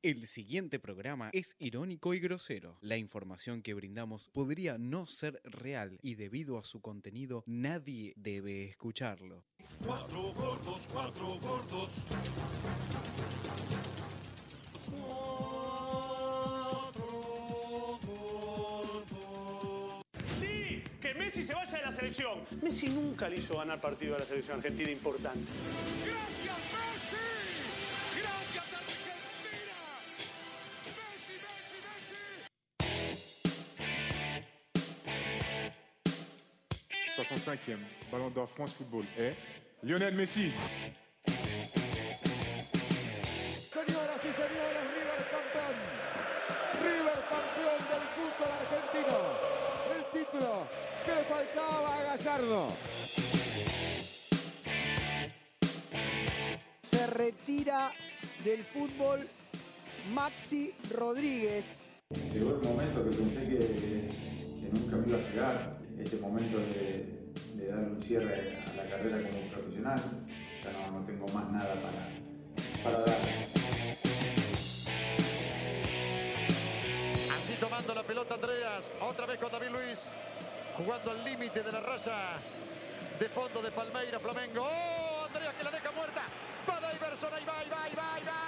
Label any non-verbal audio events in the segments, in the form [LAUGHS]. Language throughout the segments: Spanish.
El siguiente programa es irónico y grosero. La información que brindamos podría no ser real y debido a su contenido nadie debe escucharlo. Cuatro gordos, cuatro gordos. Sí, que Messi se vaya de la selección. Messi nunca le hizo ganar partido a la selección argentina importante. ¡Gracias, Messi! ¡Gracias, Argentina! ¡Messi, Messi, Messi! son cinquième Ballon d'Or France Football est Lionel Messi. Señoras y señores, River campeón. River campeón del fútbol argentino. El título que le faltaba a Gallardo. se retira del fútbol Maxi Rodríguez. Llegó el momento que pensé que, que nunca me iba a llegar, este momento de, de dar un cierre a la carrera como profesional. Ya no, no tengo más nada para, para dar. Así tomando la pelota Andreas, otra vez con David Luis, jugando al límite de la raya de fondo de Palmeira Flamengo. ¡Oh, Andreas que la deja muerta! ¡Va Iverson! ¡Ahí va, ahí va, ahí va, ahí va!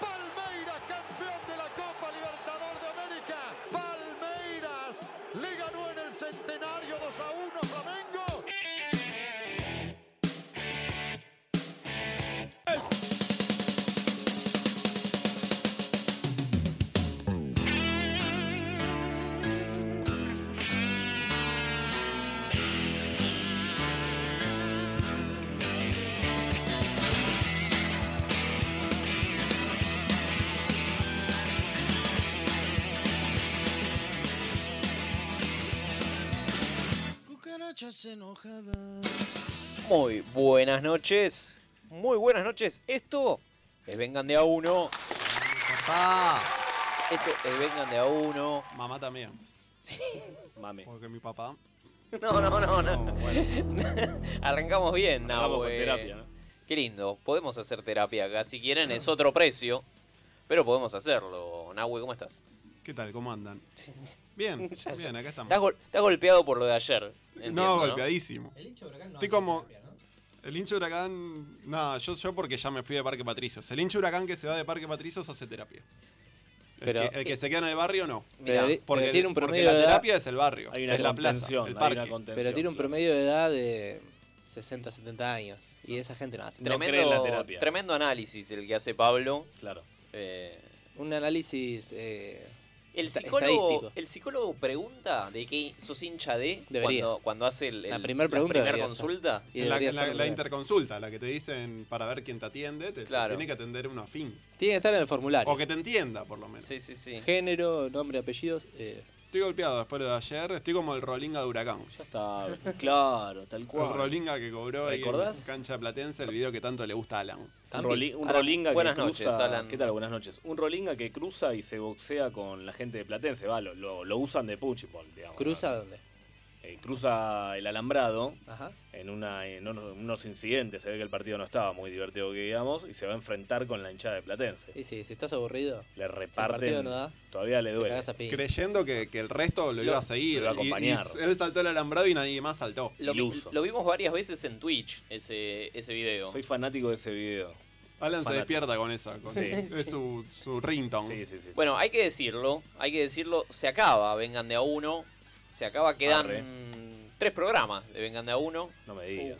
Palmeiras campeón de la Copa Libertador de América. Palmeiras le ganó en el centenario 2 a 1 Flamengo. Muy buenas noches, muy buenas noches. Esto es Vengan de a uno. Esto es Vengan de a uno. Mamá también, Mame. porque mi papá. [LAUGHS] Oh, No, no, no, no. [LAUGHS] Arrancamos bien, Arrancamos con Nahue. terapia, ¿no? Qué lindo. Podemos hacer terapia acá. Si quieren es otro precio, pero podemos hacerlo. Nahue, ¿cómo estás? ¿Qué tal? ¿Cómo andan? [LAUGHS] Bien, Ya, ya. bien, acá estamos. Estás, gol- estás golpeado por lo de ayer. entiendo, no, golpeadísimo. El hincha huracán no Estoy hace como- terapia, ¿no? El hincha huracán. No, yo, yo porque ya me fui de Parque Patricios. El hincha huracán que se va de Parque Patricios hace terapia. El, Pero- que, el que se queda en el barrio no. Mirá, eh, Pero- Porque, pero tiene un porque promedio la de edad- terapia es el barrio. Hay una es la plaza, contención, el hay parque. una contención. Pero tiene un claro. promedio de edad de 60, 70 años. Y esa gente no hace. No Tremendo, cree en la terapia. tremendo análisis el que hace Pablo. Claro. Eh, Un análisis eh, El Esta- psicólogo, estadístico. el psicólogo pregunta de qué sos hincha de Debería. cuando, cuando hace el, el- La primer pregunta primer debería consulta. y la, debería la- ser la lo que- interconsulta, la que te dicen para ver quién te atiende, te, te Claro. tiene que atender uno afín. Tiene que estar en el formulario. O que te entienda, por lo menos. Sí, sí, sí. Género, nombre, apellidos. eh, Estoy golpeado después de ayer, estoy como el Rolinga de Huracán. Ya está, [LAUGHS] claro, tal El cual. Rolinga que cobró ahí ¿Recordás? en cancha platense el video que tanto le gusta a Alan. Un, Campi. roli- un Alan, rolinga buenas que noches, cruza. Alan. ¿Qué tal? Buenas noches. Un rolinga que cruza y se boxea con la gente de Platense. Va, lo, lo- lo usan de punchball, digamos. ¿Cruza dónde? Eh, cruza el alambrado Ajá. en, una, en unos, unos incidentes. Se ve que el partido no estaba muy divertido, que digamos, y se va a enfrentar con la hinchada de Platense. Y sí, si estás aburrido, Le partido reparten. no da, todavía le te duele. cagas a piña. Creyendo que, que el resto lo Lo- iba a seguir. lo iba a Y- y acompañar. s- él saltó el alambrado y nadie más saltó. Lo, vi- Iluso. lo vimos varias veces en Twitch, ese, ese video. Soy fanático de ese video. Alan Fanático. se despierta con esa. con- Sí. Es su, su ringtone. Sí, sí, sí. sí. Bueno, hay que decirlo, hay que decirlo, se acaba, vengan de a uno. Se acaba, quedan Arre. mm, tres programas de vengan de a uno. Uh. no me digas.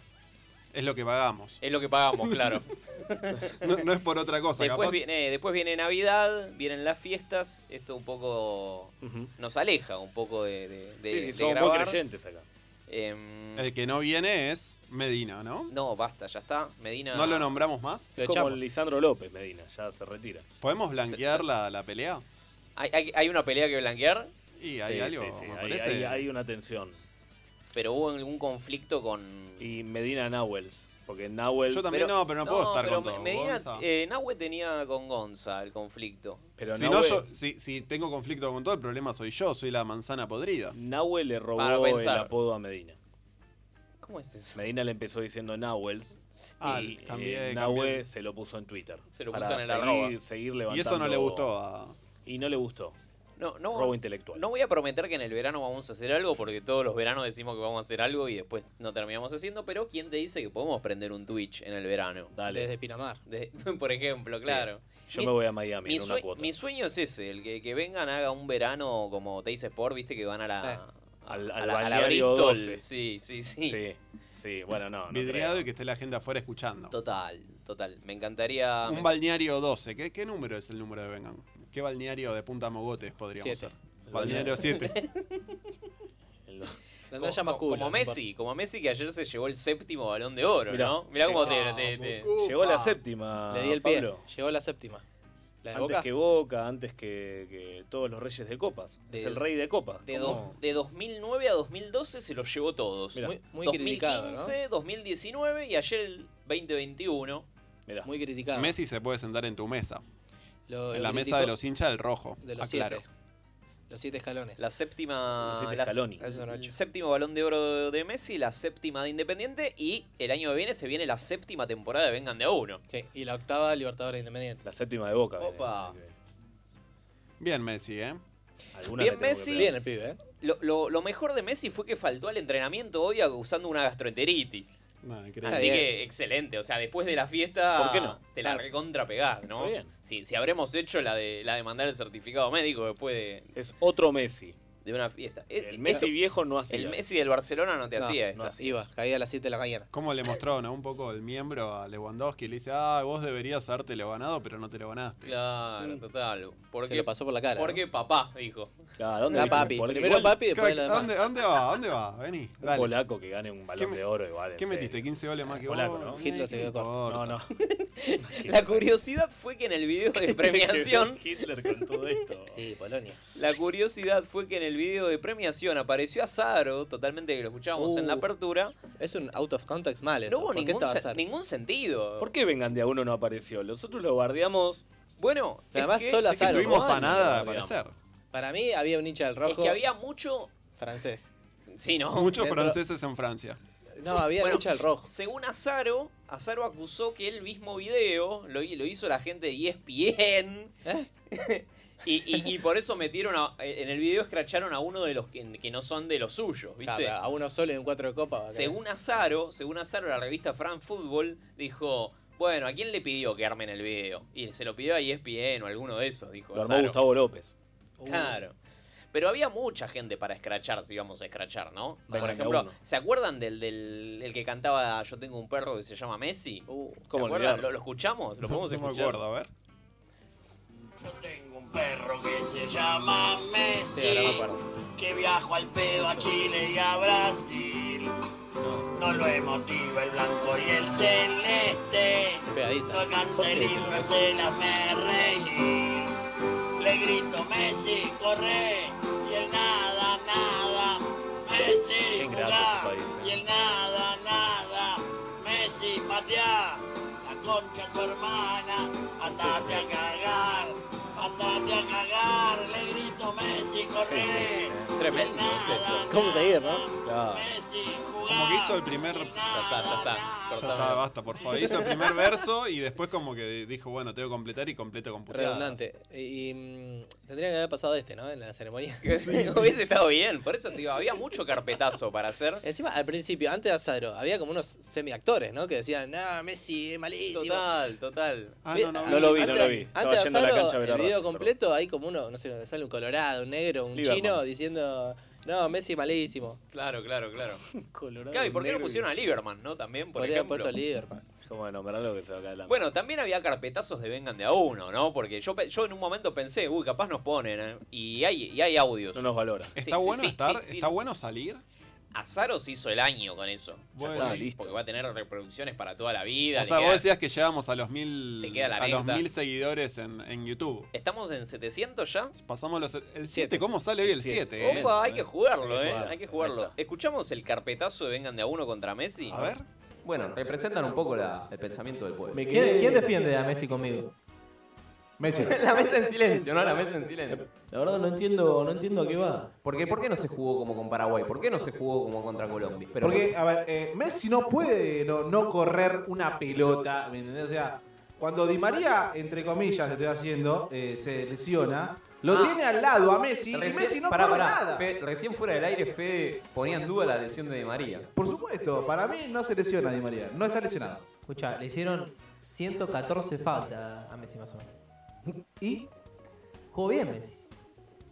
Es lo que pagamos. Es lo que pagamos, claro. [LAUGHS] No, no es por otra cosa. después, capaz- viene, después viene Navidad, vienen las fiestas. Esto un poco Ujú. nos aleja un poco de, de, de- sí, sí, de somos muy grabar. creyentes acá. Mm. Em, El que no viene es Medina, ¿no? No, basta, ya está. Medina. ¿No lo nombramos más? Lo Es como echamos. Lisandro López Medina, ya se retira. ¿Podemos blanquear Se- se- la, la pelea? Hay, hay- hay una pelea que blanquear, Y hay Sí, algo, sí, sí, me hay- parece. hay- hay una tensión. pero hubo algún conflicto con. Y Medina Nahuels. Porque Nahuels. Yo también no, pero no puedo estar pero con todo, Medina, Gonza. eh, Nahue tenía con Gonza el conflicto. Pero Si, no, Nahuel, yo- si, si tengo conflicto con todo, el problema soy yo, soy la manzana podrida. Nahuel le Para robó el pensar. apodo a Medina. ¿Cómo es eso? Medina le empezó diciendo Nahuels. Ah, y cambié- eh, Nahue cambié. se lo puso en Twitter. Se lo para puso en el seguir, arroba. seguir Y eso levantando. no le gustó a- Y no le gustó. No, no, Robo intelectual. No voy a prometer que en el verano vamos a hacer algo, porque todos los veranos decimos que vamos a hacer algo y después no terminamos haciendo, pero ¿quién te dice que podemos prender un Twitch en el verano? Dale. Desde Pinamar. [LAUGHS] por ejemplo, Sí. claro. Yo Mi- me voy a Miami Mi, en una sue- cuota. mi sueño es ese, el que, que vengan, haga un verano como te dice Sport, viste que van a la... Al, a al la- a la balneario Bristol. 12. Sí, sí, sí. Sí, sí, bueno, no. no Vidriado creo. y que esté la gente afuera escuchando. Total, total. Me encantaría... Un me- balneario 12. ¿Qué, qué número es el número de Vengan? ¿Qué balneario de Punta Mogotes podríamos Siete. ser? Balneario 7. como, como- como Messi, como Messi que ayer se llevó el séptimo balón de oro, Mirá. ¿no? Mirá cómo te... Llegó. te- te- Llegó la séptima. Ah, Le di el pie. Pablo. Llegó la séptima. ¿La de antes Boca? que Boca, antes que, que todos los reyes de copas. De- es el rey de copas. De, ¿Cómo? dos- de 2009 a 2012 se los llevó todos. Mirá. Muy- muy 2015, criticado, 2019 y ayer el 2021. Muy criticado. Messi se puede sentar en tu mesa. Lo- en lo la mesa criticó- de los hinchas del rojo. Ah, De los aclaro. siete. Los siete escalones. La séptima. Los siete la- Scaloni. Eso no el séptimo balón de oro de Messi, la séptima de Independiente y el año que viene se viene la séptima temporada de Vengan de a uno. Sí, y la octava Libertadores Independiente. La séptima de Boca. Opa. Bien, Messi, ¿eh? Bien, Messi. Bien el pibe, ¿eh? Lo, lo- lo mejor de Messi fue que faltó al entrenamiento hoy usando una gastroenteritis. Así que excelente, o sea, después de la fiesta ¿Por qué no? te la Claro. recontra pegás, ¿no? Está bien. Si, si habremos hecho la de la de mandar el certificado médico después de, Es otro Messi. de una fiesta. Eh, El Messi viejo no hacía. El Messi del Barcelona no te No, hacía no esta. hacía. Iba, caía a las 7 de la mañana. ¿Cómo le mostraron a un poco el miembro a Lewandowski? Le dice, ah, vos deberías haberte lo ganado, pero no te lo ganaste. Claro, total. Porque, Se lo pasó por la cara, Porque papá, dijo. Claro, ¿dónde viste papi. que por- Primero igual- papi, después Claro, la ¿A demás. ¿Dónde, a dónde va? ¿A ¿Dónde va? Vení. Un dale. polaco que gane un balón de oro igual. en ¿Qué serio. metiste? ¿15 goles más que Polaco, vos? ¿no? Hitler se quedó corto. No, no. La curiosidad fue que en el video de premiación. Hitler con todo esto. Sí, Polonia. La curiosidad fue que en el video de premiación apareció Azaro, totalmente que lo escuchábamos en la Uh, apertura. Es un out of context mal eso. No hubo ¿Por qué ningún, estaba sen- Sar? ningún sentido. Ah. ¿Por qué vengan de a uno no apareció? Nosotros lo guardeamos. Bueno, Pero además solo Azaro. ¿no? digamos. Para mí había un hincha del rojo Es que había mucho. francés. Sí, no. Muchos Dentro- franceses en Francia. No, había Bueno, hincha del rojo. Según Azaro, Azaro acusó que el mismo video lo, hi- lo hizo la gente de E ESPN. ¿Eh? [LAUGHS] y, y- y por eso metieron a- en el video, escracharon a uno de los que, que no son de los suyos, ¿viste? Claro, a uno solo en cuatro de copa. acá. Según Azaro, según Azaro, la revista Fran Football dijo, bueno, ¿a quién le pidió que armen el video? Y se lo pidió a E ESPN o alguno de esos, dijo Lo armó Azaro. Uh. Gustavo López. Uh. Claro. Pero había mucha gente para escrachar si íbamos a escrachar, ¿no? Por Venga, ejemplo, uno. ¿se acuerdan del, del el que cantaba Yo tengo un perro que se llama Messi? ¿Se ¿cómo acuerdan? olvidarlo? ¿Lo, lo escuchamos? ¿Lo podemos Uh. No me escuchar? acuerdo, a ver. Yo tengo un perro que se llama Messi, Sí, ahora me acuerdo. que viajo al pedo a Chile y a Brasil. No lo emotiva el blanco y el celeste. Pegadiza. No canta el himno, se la me reír. Le grito Messi, corre, y el nada, nada. Messi, Qué ingrato jugá, este país, eh. y el nada, nada. Messi, pateá, la concha a tu hermana, andate a cagar, andate a cagar. Le grito Messi, corre, eh. Tremendo ¿Cómo seguir, no? Messi, Como que hizo el primer. Ya está, ya está. está, basta, por favor. Hizo el primer verso y después, como que dijo, bueno, tengo que completar y completo con puteadas. Redundante. Y, y, mm, tendría que haber pasado este, ¿no? En la [LAUGHS] ceremonia. Hubiese estado bien, por eso te digo, había mucho carpetazo para hacer. Encima, al principio, antes de Azaro, había como unos semi-actores, ¿no? Que decían, no, Messi es malísimo. Total, total. Ve- a- Ah, No lo vi, no antes- lo vi. Estaba Antes de yendo a la Azaro, cancha a ver a el video Racing, completo, hay como uno, no sé, sale un colorado, un negro, un Lieberman. chino diciendo, no, Messi es malísimo. Claro, claro, claro. [LAUGHS] Colorado, Claro, ¿y por qué no negro y pusieron a chino. Lieberman, no? También, por Podría haber ejemplo. puesto a Lieberman. Como de nombrarlo que se va a caer la Bueno, también había carpetazos de vengan de a uno, ¿no? Porque yo, pe- yo en un momento pensé, uy, capaz nos ponen, ¿eh? Y hay, y hay audios. No nos valora. Está Sí, sí, bueno sí, estar, sí, sí. está bueno salir. Azaro se hizo el año con eso. Bueno, Ya está, listo. Porque va a tener reproducciones para toda la vida. O le sea, vos queda- decías que llegamos a los mil, Te queda la a los anécdota. mil seguidores en, en YouTube. ¿Estamos en 700 ya? Pasamos los, el 7. ¿Cómo sale hoy el 7? eh? Opa, hay que jugarlo, ¿eh? jugar. Hay que jugarlo. ¿Escuchamos el carpetazo de vengan de a uno contra Messi? A ver. Bueno, representan un poco la- el pensamiento del pueblo. Eh, ¿Quién, quién defiende a Messi conmigo? Meche. [LAUGHS] La mesa en silencio, ¿no? La mesa en silencio. La verdad no entiendo, no entiendo a qué va. Porque, ¿Por qué no se jugó como con Paraguay? ¿Por qué no se jugó como contra Colombia? Pero- Porque, a ver, eh, Messi no puede no, no correr una pelota, ¿me entendés? O sea, cuando Di María, entre comillas, estoy haciendo, eh, se lesiona, lo Ah. tiene al lado a Messi y Recién- Messi no pará, corre pará. nada. Fe- recién fuera del aire, Fede ponía en duda la lesión de Di María. Por supuesto, para mí no se lesiona Di María, no está lesionado. Escucha, le hicieron 114 faltas a Messi más o menos. ¿Y? Jugó bien Messi.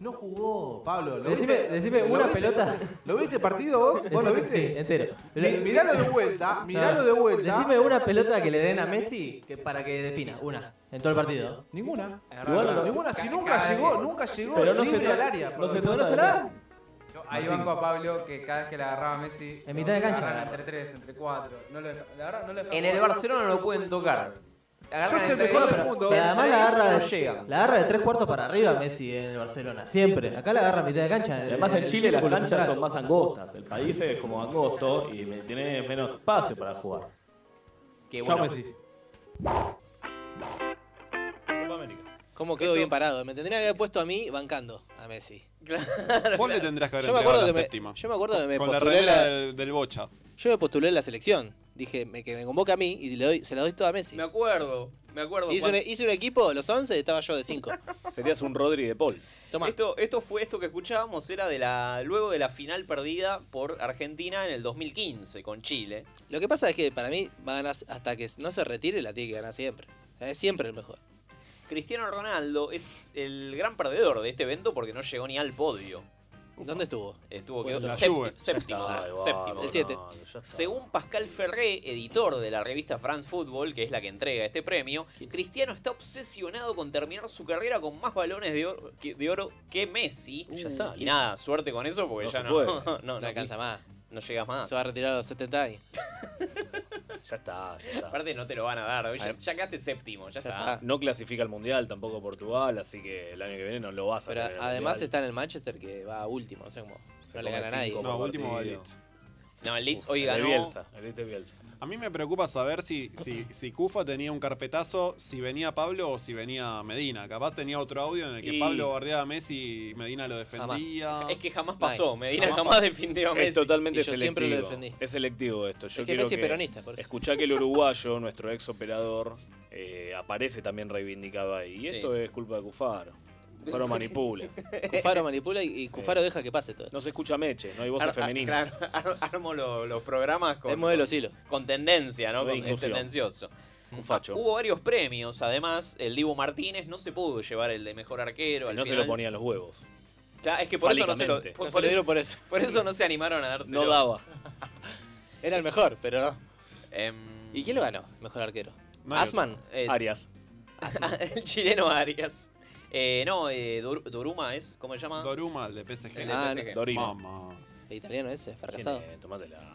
No jugó, Pablo. ¿lo Decime- viste? decime ¿Lo una viste? pelota. ¿Lo viste partido vos? ¿Vos lo Decime- viste? Sí, entero. Mi- miralo de vuelta, miralo de vuelta. Decime una pelota que le den a Messi que- para que defina. Una. En todo el partido. Ninguna. Igual no. Ninguna, si nunca llegó, nunca llegó Pero no se libre tra- al área. no por se lo menos. trata de ¿Será? Yo ahí banco a Pablo que cada vez que la agarraba Messi. En mitad de cancha. la agarran Entre tres, entre cuatro. No lo deja- la verdad, no lo deja En el jugar. Barcelona no lo pueden tocar. Agarran Sos el entre mejor dos, del mundo. eh, pero Pero además entre la dos agarra, no de, llegan. la agarra de tres cuartos para arriba Messi en el Barcelona. Siempre. Acá la agarra a mitad de cancha. eh, eh, Además en Chile las círculo canchas central. son más angostas, el país es como angosto y me- tiene menos espacio para jugar. Qué Chau, bueno. Messi. ¿Cómo quedó bien parado? Me tendría que haber puesto a mí bancando a Messi. Vos le tendrías que haber Yo entregado me acuerdo la que me- séptima. yo me acuerdo que me Con la postulé remera la- del, del Bocha. Yo me postulé en la selección. Dije me- que me convoque a mí y le doy, se la doy toda a Messi. Me acuerdo, me acuerdo. Hice un, cuando- hice un equipo, los 11, estaba yo de [LAUGHS] 5. Serías un Rodri de Paul. Esto, esto fue esto que escuchábamos, era de la luego de la final perdida por Argentina en el 2015 con Chile. Lo que pasa es que para mí va a ganar hasta que no se retire la tiene que ganar siempre. Es siempre el mejor. Cristiano Ronaldo es el gran perdedor de este evento porque no llegó ni al podio. ¿Dónde estuvo? Estuvo Bueno, quedó la séptimo, sube. séptimo, Ya está, séptimo. el siete. Según Pascal Ferré, editor de la revista France Football, que es la que entrega este premio, Cristiano está obsesionado con terminar su carrera con más balones de oro que, de oro que Messi. Ya está, y listo. nada, suerte con eso porque No ya se no, [LAUGHS] puede. [LAUGHS] no, No alcanza más. No llegas más. Se va a retirar a los 70 años. [LAUGHS] Ya está, ya está. Aparte no te lo van a dar, A ya, ver. ya quedaste séptimo, ya, está. Ah, No clasifica al Mundial tampoco Portugal, así que el año que viene no lo vas a Pero tener en el además Mundial. está en el Manchester que va último. No sé cómo. No come le gana a nadie. cinco por partido. No, el Uf, el de Bielsa, el de Bielsa. A mí me preocupa saber si, si, si Cufa tenía un carpetazo, si venía Pablo o si venía Medina. Capaz tenía otro audio en el que Y- Pablo bardeaba a Messi y Medina lo defendía. Es que jamás pasó, Medina jamás, defendió a Es Messi. totalmente Y yo selectivo. siempre lo defendí. Es selectivo esto. Yo que quiero Messi es peronista, por eso. Escuchá que el uruguayo, nuestro ex operador, eh, aparece también reivindicado ahí. Y Sí, esto sí. es culpa de Cufaro. [LAUGHS] Cufaro manipula. Cufaro manipula [LAUGHS] y, y Cufaro Eh. deja que pase todo. No se escucha Meche, no hay Ar- voces ar- femeninas. claro, ar- armo lo- los programas con, Es modelo Silo. con tendencia, ¿no? Ve Con- es inclusión. tendencioso. Ah, Un facho. Hubo varios premios, además, el Dibu Martínez no se pudo llevar el de mejor arquero. Si al no se final. lo ponían los huevos. Claro, es que por eso no se lo, Fálicamente. No se por lo eso- dieron por eso. por eso no se animaron a dárselo. No daba. [LAUGHS] Era el mejor, pero no. ¿Y quién lo ganó? Mejor arquero. No hay Asman. otro. Eh, Arias. [LAUGHS] el chileno Arias. Eh, no, eh, Dur- Duruma es, ¿cómo se llama? Doruma, el de PSG. El de Ah, PSG. Dorima. Mamá. El italiano ese, fracasado.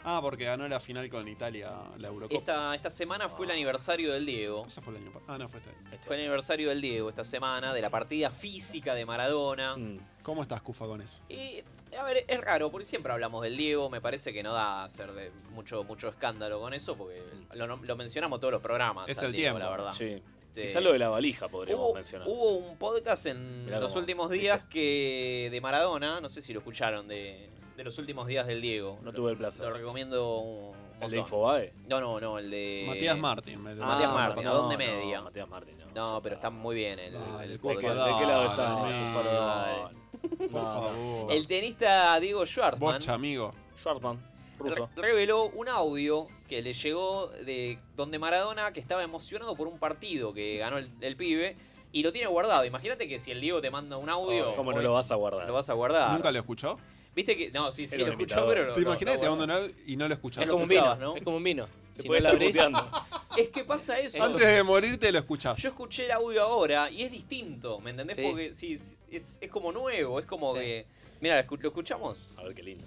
Ah, porque ganó la final con Italia, la Eurocopa. Esta, esta semana fue el aniversario del Diego. Eso Ah. fue el año pasado. Ah, no, fue este año. Fue el aniversario del Diego esta semana, de la partida física de Maradona. ¿Cómo estás, Cufa, con eso? Y, a ver, es raro, porque siempre hablamos del Diego, me parece que no da a hacer de mucho, mucho escándalo con eso, porque lo, nom- lo mencionamos todos los programas. Es al el Diego, tiempo. la verdad. Sí. Este, Quizá lo de la valija podríamos hubo, mencionar. Hubo un podcast en Mirá los cómo, últimos días que de Maradona, no sé si lo escucharon, de, de los últimos días del Diego. No tuve el placer. Lo recomiendo un montón. ¿El de Infobae? No, no, no, el de... Matías Martín, me lo- Matías Ah, Martín, no, ¿a dónde no, media? Matías Martín, no. pero está muy bien el... el ¿De qué, podcast. de qué lado está? Dale. Cufaro, dale. Por favor. El tenista Diego Schwartzman Bocha, amigo. Schwartzman, ruso. re- reveló un audio que le llegó de donde Maradona que estaba emocionado por un partido que ganó el, el pibe y lo tiene guardado. Imagínate que si el Diego te manda un audio, ¿Cómo no hoy lo vas a guardar? lo vas a guardar. ¿Nunca lo escuchó? Viste que no, sí, sí Era lo un escuchó, imitador. pero lo- ¿Te lo- imaginas lo que te guarda. manda un audio y no lo escuchás? Es como un vino, ¿no? Es como un vino. Te Si no puede lo estar [LAUGHS] abrís, puteando. Es que pasa eso. Antes de morirte lo escuchás. Yo escuché el audio ahora y es distinto, ¿me entendés? Sí. Porque sí, es, es- es como nuevo, es como que. Mira, ¿lo escuchamos? A ver qué lindo.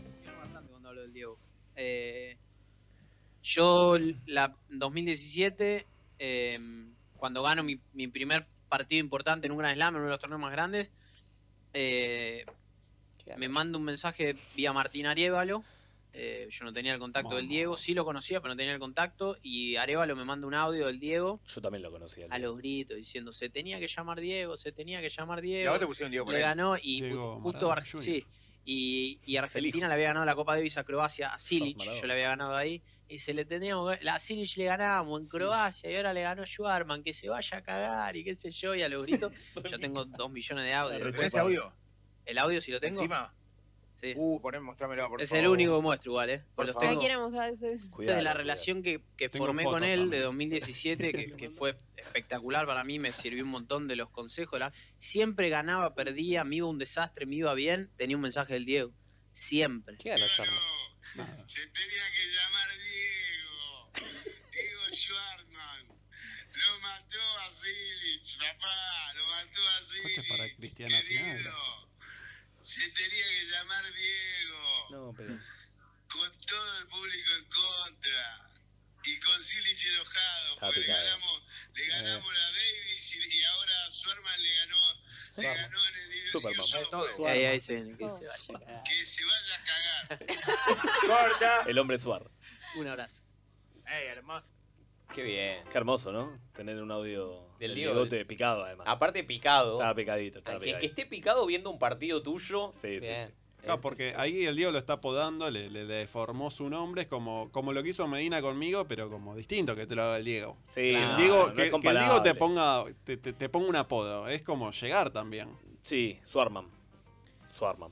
cuando hablo del Diego. Eh, yo, la 2017, eh, cuando gano mi, mi primer partido importante en un Grand Slam, en uno de los torneos más grandes, eh, me manda un mensaje vía Martín Ariévalo Eh, yo no tenía el contacto del Diego, sí lo conocía, pero no tenía el contacto. Y Arevalo me manda un audio del Diego. Yo también lo conocía. A los gritos, diciendo: Se tenía que llamar Diego, se tenía que llamar Y a Diego. vos te pusieron Diego por Le él. ganó y Diego ju- justo Maradona Ar- Jr. sí, y, y Argentina le había ganado la Copa Davis a Croacia, a Silic, yo le había ganado ahí. Y se le teníamos, que- a Silic le ganamos en Croacia y ahora le ganó Schwarman, que se vaya a cagar y qué sé yo, y a los gritos. yo tengo dos millones de audios. ¿Tenés ese audio? ¿El audio si lo tengo? ¿Encima? Sí. Uh, poné, mostrámelo, por es favor. el único que muestro igual, ¿eh? Pero Por los favor. tengo. quiere mostrar ese. Desde la relación que, que Tengo formé fotos con él de también. 2017, que, que fue espectacular para mí, me sirvió un montón de los consejos. la- siempre ganaba, perdía, me iba un desastre, me iba bien, tenía un mensaje del Diego. Siempre. ¿Qué gana Charma? Este es para Cristiana Sinatra. No, pero. Estaba picado. Le ganó Y ahí, ahí se viene, que se vaya. [LAUGHS] ¡Corta! El hombre suar. Un abrazo. Ey, hermoso. Qué bien. Qué hermoso, ¿no? Tener un audio Del del Diego. bigote picado, además. Aparte picado. Estaba picadito, estaba Que, picadito. que esté picado viendo un partido tuyo. Sí, Bien. Claro, porque ahí el Diego lo está podando, le, le deformó su nombre, es como, como lo que hizo Medina conmigo, pero como distinto que te lo haga el Diego. Sí, Que no, el Diego, no que, es que el Diego comparable. te ponga, te, te- te ponga un apodo, es como llegar también. Sí, Suarman. Suarman.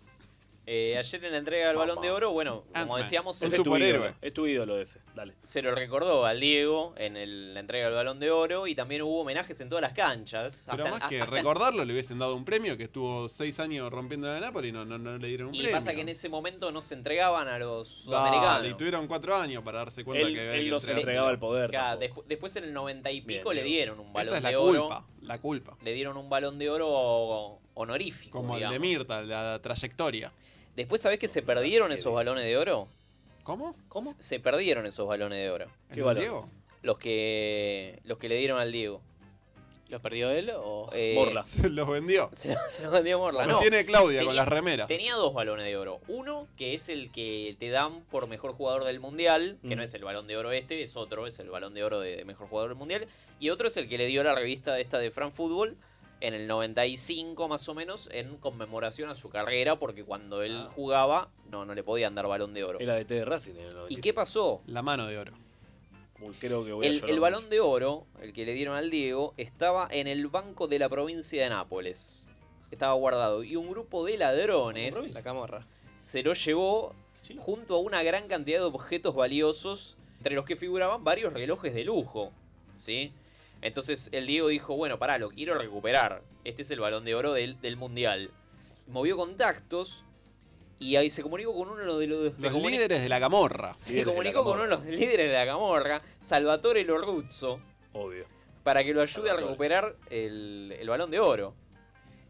Eh, ayer en la entrega del Balón de Oro, bueno, como decíamos, es tu ídolo. Es tu ídolo ese. Dale. Se lo recordó al Diego en el- la entrega del Balón de Oro y también hubo homenajes en todas las canchas. Pero Hasta- más que hasta- recordarlo, le hubiesen dado un premio que estuvo seis años rompiendo la Napoli y no, no, no le dieron un Y premio. pasa que en ese momento no se entregaban a los Dale, y sudamericanos. tuvieron cuatro años para darse cuenta que había que entregárselo. Claro, despu- después en el 90 y pico le Bien, Diego. dieron un balón Esta es la de oro. culpa, la culpa. Le dieron un balón de oro honorífico. Como el de digamos. Mirta, la trayectoria. Después, ¿sabés que se perdieron esos balones de oro? ¿Cómo? ¿Cómo? Se perdieron esos balones de oro. ¿Qué del balones? Diego? Los que, los que le dieron al Diego. Eh, ¿Los perdió él o...? Morla. [LAUGHS] Se los vendió. Se, se los vendió Morla. Los [LAUGHS] no. tiene Claudia con Tenía- las remeras. Tenía dos balones de oro. Uno, que es el que te dan por mejor jugador del mundial, que Mm. no es el balón de oro este, es otro, es el balón de oro de, de mejor jugador del mundial. Y otro es el que le dio la revista esta de Fran Fútbol en el 95 más o menos, en conmemoración a su carrera, porque cuando él jugaba, no, no le podían dar balón de oro. Ah. Era de T de Racing en el ¿Y qué pasó? La mano de oro. Creo que voy a El, llorar el mucho. balón de oro, el que le dieron al Diego, estaba en el banco de la provincia de Nápoles. Estaba guardado. Y un grupo de ladrones. La camorra. Se lo llevó junto a una gran cantidad de objetos valiosos, entre los que figuraban varios relojes de lujo. ¿Sí? Entonces el Diego dijo: Bueno, pará, lo quiero recuperar. Este es el balón de oro del, del mundial. Movió contactos. Y ahí se comunicó con uno de los, se Los comuni- líderes de la camorra. se comunicó con uno de los líderes de la camorra, Salvatore Lorruzzo, Obvio. para que lo ayude a Salvatore. recuperar el, el balón de oro.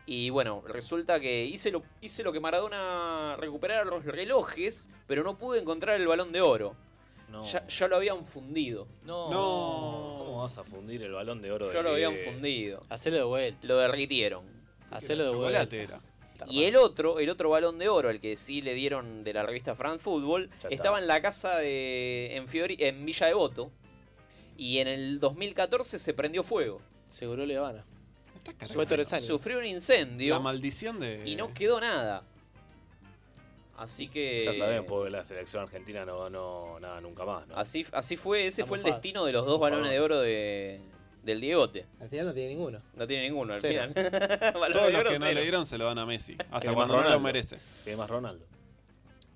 Y bueno, resulta que hice lo, hice lo que Maradona recuperara los relojes, pero no pude encontrar el balón de oro. No. Ya, ya lo habían fundido. No. ¿Cómo vas a fundir el balón de oro de Ya lo habían Diego? fundido. Hacelo de vuelta. Lo derritieron. Hacelo de vuelta. Chocolate era. Y el otro, el otro balón de oro, el que sí le dieron de la revista France Football, está. estaba en la casa de. en, Fiori- en Villa Devoto. Y en el 2014 se prendió fuego. Seguro le van Fue Torresani. Sufrió un incendio. La maldición de. Y no quedó nada. Así que. Ya sabemos, porque la selección argentina no ganó nada nunca más, ¿no? Así, así fue, ese Estamos fue el fa- destino de los dos balones de oro de, del Diegote. Al final no tiene ninguno. No tiene ninguno al Cero. final. [LAUGHS] Balón Todos de los oro, que no cero. le dieron se lo dan a Messi. Hasta más cuando no lo Ronaldo. merece. Que más Ronaldo.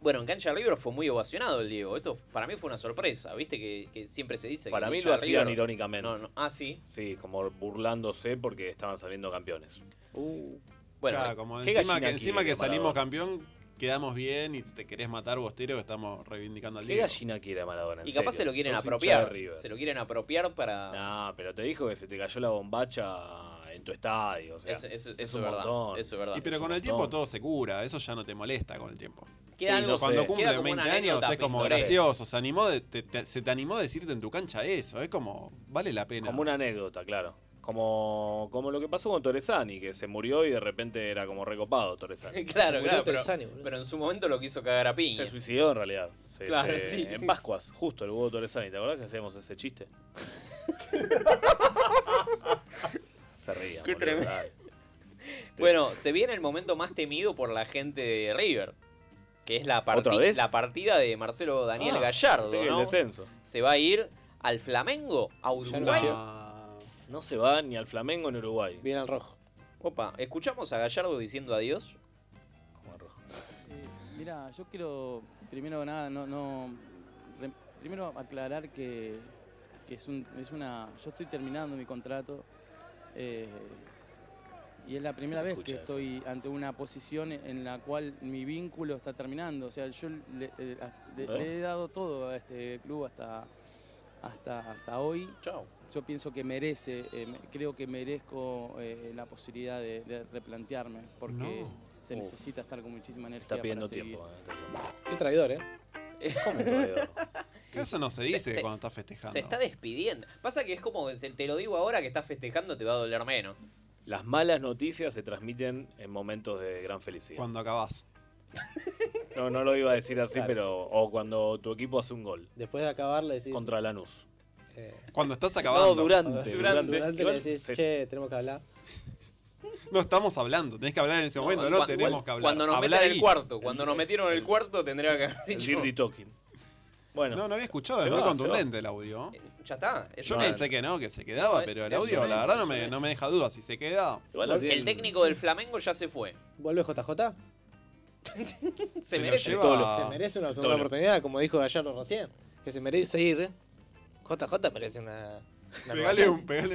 Bueno, en Cancha de River fue muy ovacionado el Diego. Esto para mí fue una sorpresa, viste que, que siempre se dice. que Para mí hincha lo de hacían River- irónicamente. No, no. Ah, sí. Sí, como burlándose porque estaban saliendo campeones. Uh, Bueno, Claro, como ¿qué encima que, gallina encima quiere que salimos Maradona? campeón, quedamos bien y te querés matar bostero, estamos reivindicando al ¿Qué Diego. gallina quiere Maradona? en Y capaz serio? se lo quieren Sos hincha de apropiar. River. Se lo quieren apropiar para. No, pero te dijo que se te cayó la bombacha en tu estadio. O sea, Es- es- eso es un verdad, montón. eso es verdad. Y pero con el tiempo todo se cura, eso ya no te molesta con el tiempo. Queda algo- no, cuando queda cumple como 20 una años anécdota es como pintoresca. gracioso, se, animó de- te- te- se te animó a decirte en tu cancha eso, es como, vale la pena. Como una anécdota, claro. Como, como lo que pasó con Torresani, que se murió y de repente era como [LAUGHS] recopado [LAUGHS] Torresani. Claro, claro, pero, pero en su momento lo quiso cagar a piña. Se suicidó en realidad. Se- Claro, se- sí. En Pascuas, justo el huevo Torresani. ¿Te acordás que hacíamos ese chiste? se ría. Qué boludo, tremendo. dale. [LAUGHS] Bueno, se viene el momento más temido por la gente de River, que es la, parti- ¿Otra vez? la partida de Marcelo Daniel Ah, Gallardo, sí, el ¿no? descenso. Se va a ir al Flamengo, a Uruguay. No se va ni al Flamengo ni a Uruguay. Viene al rojo. Opa, ¿escuchamos a Gallardo diciendo adiós? Mira, yo quiero primero que nada no, no re- primero aclarar que, que es, un- es una yo estoy terminando mi contrato eh, y es la primera Se vez escucha que eso. estoy ante una posición en la cual mi vínculo está terminando. O sea, yo le, eh, a- de- Bueno. le he dado todo a este club hasta hasta hasta hoy. Yo pienso que merece, eh, me- creo que merezco eh, la posibilidad de, de replantearme porque No. se Uf. necesita estar con muchísima energía. Está pidiendo para seguir. tiempo. eh, atención. Qué traidor, ¿eh? ¿Cómo [LAUGHS] traidor? Eso no se dice cuando estás festejando. Se está despidiendo. Pasa que es como, que se- te lo digo ahora que estás festejando, te va a doler menos. Las malas noticias se transmiten en momentos de gran felicidad. Cuando acabás. [LAUGHS] No, no lo iba a decir así, Claro. pero. O cuando tu equipo hace un gol. Después de acabar le decís. eh, Contra Lanús. Cuando estás acabando. acabando. No, durante, durante. le Igual decís, se- che, tenemos que hablar. No estamos hablando, tenés que hablar en ese momento, no, Cuando- tenemos que hablar. Cuando nos Hablá metan el ahí. cuarto, cuando nos metieron el cuarto tendría que haber el dicho. Dirty Talking. Bueno. no, no había escuchado, Se es muy va, contundente se el audio. Ya está. es Yo una- pensé que no, que se quedaba, No, pero el es audio, un la hecho, verdad, no es un me, hecho. no me deja duda. Si se queda. el técnico del Flamengo ya se fue. ¿Vuelve JJ? Se, merece Se merece una segunda oportunidad, como dijo Gallardo recién. Que se merece ir. ¿eh? JJ merece una. una nueva Pegale chance. un. Pegale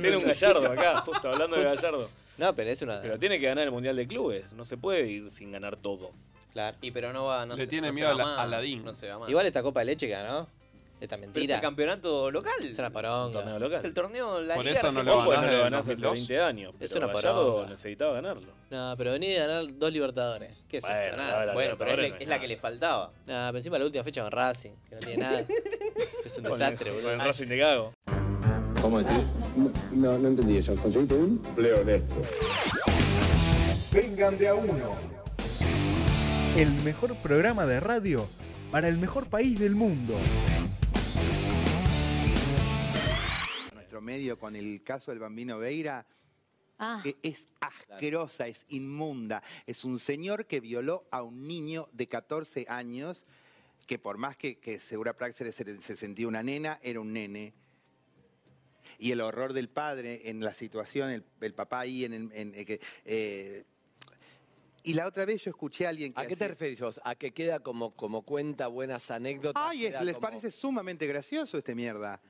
[LAUGHS] Tiene un Gallardo acá, justo hablando de Gallardo. No, pero es una. Pero tiene que ganar el Mundial de Clubes. No se puede ir sin ganar todo. Claro. Y pero no va, no Le se- tiene no se miedo va a la- más, a Aladín. No se va más. Igual esta copa de leche que ganó. Esta Pero es mentira. el campeonato local. Es una paronga. Es el torneo, la Por Liga eso no Argentina. lo Ojo, ganás no lo del ganás hace 2002. 20 años. Es pero una Gallardo poronga. necesitaba ganarlo. No, pero venía de ganar dos Libertadores. ¿Qué es Bueno, esto? no, Nada. la Bueno, pero es Libertadores la- no es es la nada. que le faltaba. No, pero encima la última fecha con Racing, que no tiene nada. es un Con el- desastre, boludo. con el Racing de Gago. ¿Cómo decir? No, no entendí eso. ¿Conseguiste un? Leonesto. Vengan de a uno. El mejor programa de radio para el mejor país del mundo. nuestro medio con el caso del bambino Veira e- es asquerosa, es inmunda. Es un señor que violó a un niño de 14 años que por más que, que Segura Praxer se, se sentía una nena, era un nene. Y el horror del padre en la situación, el, el papá ahí en... el- en- eh, que, eh, y la otra vez yo escuché a alguien que... ¿A qué te referís vos? ¿A que queda como, como cuenta buenas anécdotas? Ay, es- queda les como- parece sumamente gracioso [LAUGHS] este mierda.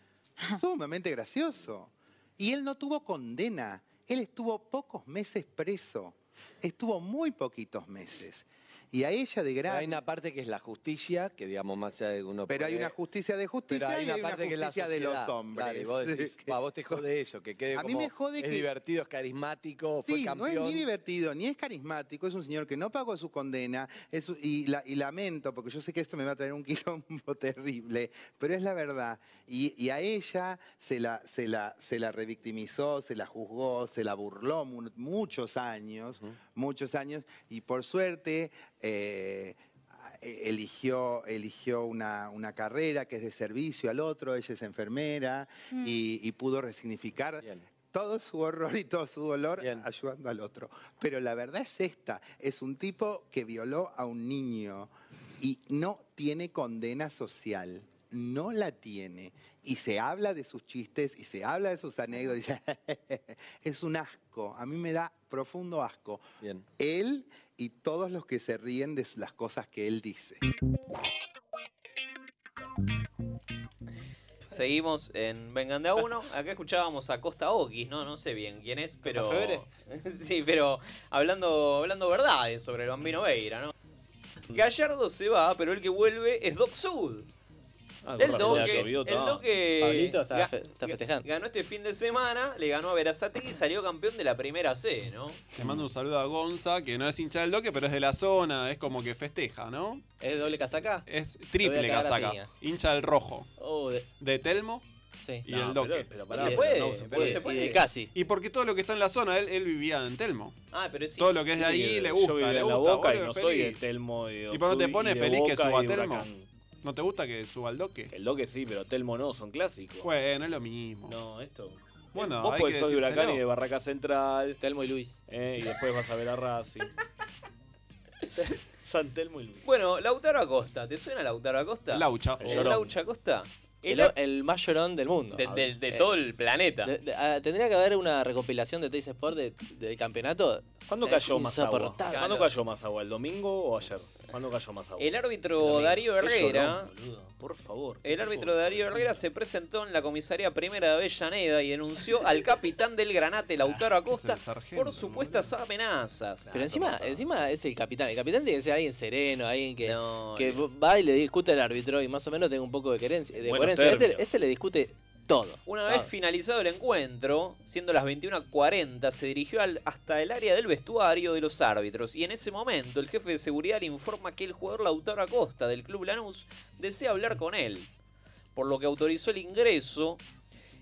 sumamente gracioso. Y él no tuvo condena. Él estuvo pocos meses preso. Estuvo muy poquitos meses. Y a ella Pero de hay grave. una parte que es la justicia, que digamos más allá de que uno. Pero hay puede- una justicia de justicia Pero hay y una hay una parte que es la justicia de sociedad. los hombres. Claro, y vos [LAUGHS] decís, "Pa, vos te jode eso, que quede A mí como, me jode es que- divertido, es carismático, fue Sí, no campeón. es ni divertido, ni es carismático, es un señor que no pagó su condena, es un- y, la- y lamento, porque yo sé que esto me va a traer un [LAUGHS] quilombo terrible, pero es la verdad. Y, y a ella se la, se, la, se la revictimizó, se la juzgó, se la burló mu- muchos años, muchos años, y por suerte... eh, eh, eligió, eligió una, una carrera que es de servicio al otro, ella es enfermera y, y pudo resignificar todo su horror y todo su dolor ayudando al otro. Pero la verdad es esta, es un tipo que violó a un niño y no tiene condena social, no la tiene. Y se habla de sus chistes y se habla de sus anécdotas. [LAUGHS] es un asco, a mí me da profundo asco. Él y todos los que se ríen de las cosas que él dice. Seguimos en Vengan de a uno. Acá escuchábamos a Costa Oquis, ¿no? No sé bien quién es, pero. Febre? [LAUGHS] sí, pero hablando, hablando verdades sobre el bambino Veira, ¿no? Gallardo se va, pero el que vuelve es Doc Sud. Ah, el con Doc razón, que, ya llovió, el todo. Doc que Pablito está ga- fe- está ga- festejando. Ganó este fin de semana, le ganó a Verazategui y salió campeón de la primera C, ¿no? Le mando un saludo a Gonza, que no es hincha del doque, pero es de la zona, es como que festeja, ¿no? ¿Es doble casaca? Es Lo voy triple a cagar a casaca. piña. Hincha del rojo. Oh, de- ¿De Telmo? Sí. Y No, el pero- Doque. pero pará, Se puede, no, se pero puede. se puede. Y de Casi. Y porque todo lo que está en la zona, él, él vivía en Telmo. Ah, pero sí. Todo lo que es de ahí Sí, le yo gusta. vivía le en la gusta, Boca y boludo, no es soy feliz. de Telmo y de ¿Y por qué no te Otsui pones y de feliz que Boca y suba de Telmo? Huracán? ¿No te gusta que suba el Doque? El Doque sí, pero Telmo no, son clásicos. Bueno, es lo mismo. No, esto. Bueno, Vos hay podés que sos de decírselo. Huracán y de Barraca Central. Telmo y Luis. y después vas a ver a Racing. San Telmo y Luis. Bueno, Lautaro Acosta, ¿te suena Lautaro Acosta? Laucha. El El llorón. Laucha Acosta. El, el más llorón del mundo. De- de- eh, de todo el planeta. de- de- ah, tendría que haber una recopilación de Tays Sport de- del campeonato. ¿Cuándo O sea, cayó es más agua? insoportable. ¿Cuándo cayó más agua? ¿El domingo o ayer? ¿Cuándo cayó más agua? El árbitro Darío Qué llorón, Herrera. boludo, por favor. El árbitro Darío Herrera se presentó en la comisaría primera de Avellaneda y denunció al capitán del Granate, Ah, Lautaro Acosta, por supuestas amenazas. Pero encima, encima es el capitán. El capitán tiene que ser alguien sereno, alguien que, que no. va y le discute al árbitro y más o menos tenga un poco de coherencia. De Buenos coherencia. Este, términos. este le discute todo. Una vez finalizado el encuentro, siendo las 21.40, se dirigió al- hasta el área del vestuario de los árbitros y en ese momento el jefe de seguridad le informa que el jugador Lautaro Acosta del club Lanús desea hablar con él, por lo que autorizó el ingreso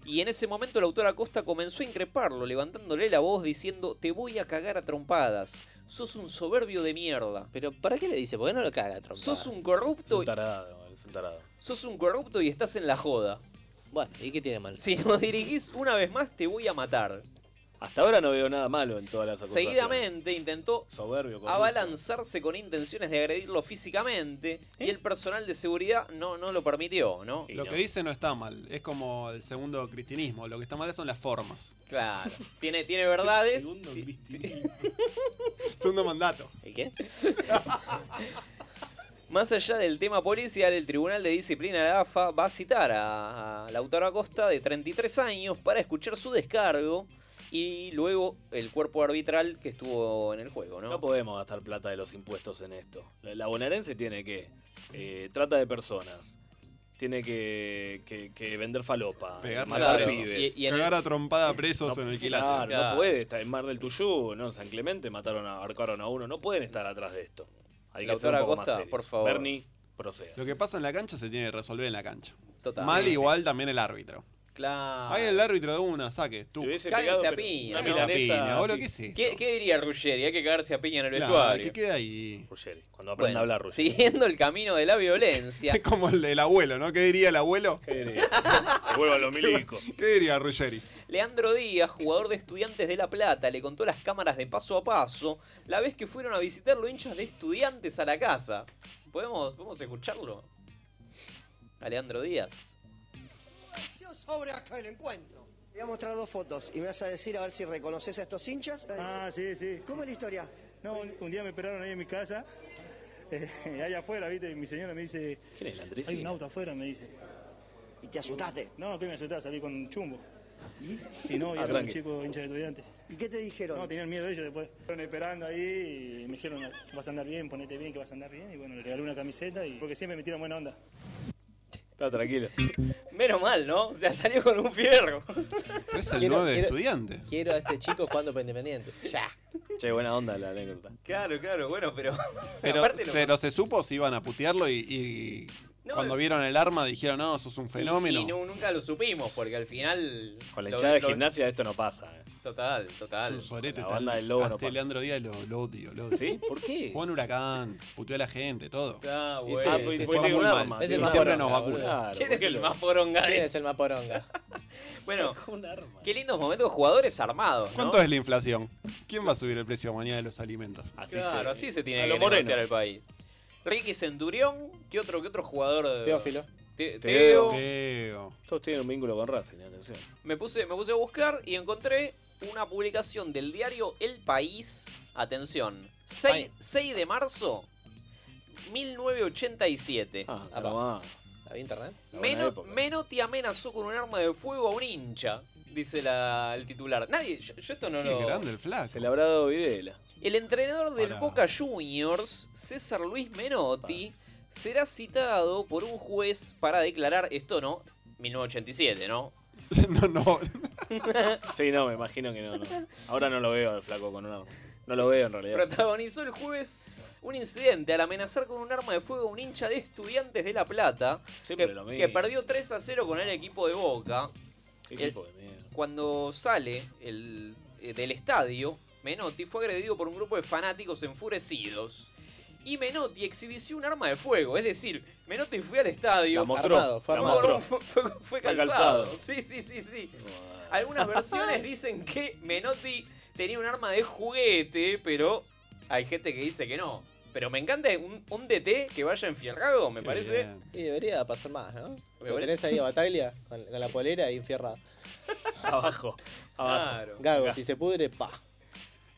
y en ese momento Lautaro Acosta comenzó a increparlo, levantándole la voz diciendo te voy a cagar a trompadas, sos un soberbio de mierda. Pero ¿para qué le dice? ¿Por qué no lo caga a trompadas? Sos un corrupto, y- tarado, es un tarado. sos un corrupto y estás en la joda. Bueno, ¿y qué tiene mal? Si nos dirigís una vez más te voy a matar. Hasta ahora no veo nada malo en todas las acusaciones. Seguidamente intentó Soberbio, corrupto. abalanzarse con intenciones de agredirlo físicamente ¿Eh? y el personal de seguridad no, no lo permitió, ¿no? Lo que dice no está mal. Es como el segundo cristianismo. Lo que está mal son las formas. [LAUGHS] Claro, tiene, tiene verdades. Segundo mandato. ¿El qué? [LAUGHS] Más allá del tema policial, el Tribunal de Disciplina de la AFA va a citar a, a Lautaro Acosta de 33 años para escuchar su descargo y luego el cuerpo arbitral que estuvo en el juego, ¿no? No podemos gastar plata de los impuestos en esto. La, la bonaerense tiene que eh, trata de personas, tiene que, que- que vender falopa, Pegar matar a pibes. presos. Cagar a trompada a presos en el quilate. Claro, no puede estar en Mar del Tuyú, no en San Clemente, mataron a, ahorcaron a uno, no pueden estar atrás de esto. Hay que ser un Lautaro poco más Acosta, serios. por favor. Bernie, proceda. Lo que pasa en la cancha se tiene que resolver en la cancha. Total. Mal Sí, sí. igual también el árbitro. Claro. Ahí el árbitro de una, saque. Tú. hubiese Cáguense a pero- piña. una ¿no? milanesa, Piña, boludo, sí. ¿qué es esto? ¿Qué, qué diría Ruggeri? Hay que cagarse a piña en el Claro, vestuario. que queda ahí. Ruggeri, cuando aprenda a hablar Ruggeri. Siguiendo el camino de la [LAUGHS] violencia. Es como el, el abuelo, ¿no? ¿Qué diría el abuelo? ¿Qué diría? Vuelvo a los milicos. ¿Qué diría Ruggeri? Leandro Díaz, jugador de Estudiantes de La Plata, le contó a las cámaras de paso a paso la vez que fueron a visitarlo hinchas de estudiantes a la casa. ¿Podemos, podemos escucharlo? A Leandro Díaz. sobre acá el encuentro. Te voy a mostrar dos fotos y me vas a decir a ver si reconoces a estos hinchas. Ah, sí, sí. ¿Cómo es la historia? No, un, un día me esperaron ahí en mi casa, [LAUGHS] eh, allá afuera, ¿viste? Y mi señora me dice... ¿Quién es, Andrés? Hay un auto afuera, me dice. ¿Y te asustaste? No, que me asusté, salí con chumbo. ¿Y? no, y Ah, era un tranqui. chico hincha de estudiante. ¿Y qué te dijeron? No, tenían miedo ellos después. Fueron esperando ahí y me dijeron, vas a andar bien, ponete bien, que vas a andar bien. Y bueno, le regalé una camiseta y... Porque siempre me tiran buena onda. Está tranquilo. Menos mal, ¿no? O sea, salió con un fierro. Es el nueve de estudiantes. Quiero a este chico jugando [LAUGHS] para Independiente. Ya. Che, buena onda la anécdota. Claro, claro, bueno, pero. Pero, aparte lo- pero se supo si iban a putearlo y, y cuando vieron el arma dijeron, no, sos un fenómeno. Y nu- nunca lo supimos, porque al final. Con la lo- hinchada de lo- gimnasia esto no pasa. eh. Total, total. Es un sorete, La está banda el- del Lobo hasta no pasa. Leandro Díaz lo, lo odio, lo odio. ¿Sí? ¿Por qué? Juan Huracán, puteó a la gente, todo. Ah, Y bueno. se- Ah, se pues, fue fue muy un mal, arma, y tío. siempre nos vacuna. ¿Quién es el más poronga? ¿Quién es el [LAUGHS] más poronga? Bueno, qué lindos momentos jugadores armados. ¿no? ¿Cuánto es la inflación? ¿Quién va a subir el precio mañana de los alimentos? claro, así se tiene a que lo moreno. negociar el país. Ricky Centurión, ¿qué otro, qué otro jugador? eh? Teófilo. Te- Teo. Teo. Todos tienen un vínculo con Racing, eh, atención. Me puse, me puse a buscar y encontré una publicación del diario El País. Atención. 6, 6 de marzo 1987. Ah, ¿Había internet? Menot, Menotti amenazó con un arma de fuego a un hincha, dice la- el titular. Nadie, yo, yo esto no Qué lo... grande el flaco. Se le habrá dado Videla. El entrenador del Pará. Boca Juniors, César Luis Menotti, será citado por un juez para declarar esto, ¿no? 1987, [LAUGHS] ¿no? [LAUGHS] no, no. sí, no, me imagino que no, no. Ahora no lo veo al flaco con un arma. No lo veo en realidad. Protagonizó el jueves un incidente al amenazar con un arma de fuego a un hincha de Estudiantes de La Plata Siempre que, lo que mismo. perdió 3 a 0 con el equipo de Boca. Qué El- equipo de mierda. cuando sale el- eh, del estadio, Menotti fue agredido por un grupo de fanáticos enfurecidos. Y Menotti exhibició un arma de fuego, es decir, Menotti fue al estadio. La mostró, Armado, fue, la armado. mostró. Fue- [LAUGHS] fue- fue Fue calzado. calzado. Sí, sí, sí, sí. Algunas [LAUGHS] versiones dicen que Menotti tenía un arma de juguete, pero hay gente que dice que no. Pero me encanta un, un DT que vaya enfierrado, me parece. Y debería pasar más, ¿no? Lo parece- [LAUGHS] tenés ahí a Bataglia con, con la polera y enfierrado. Abajo. Claro. Gago, si se pudre, pa.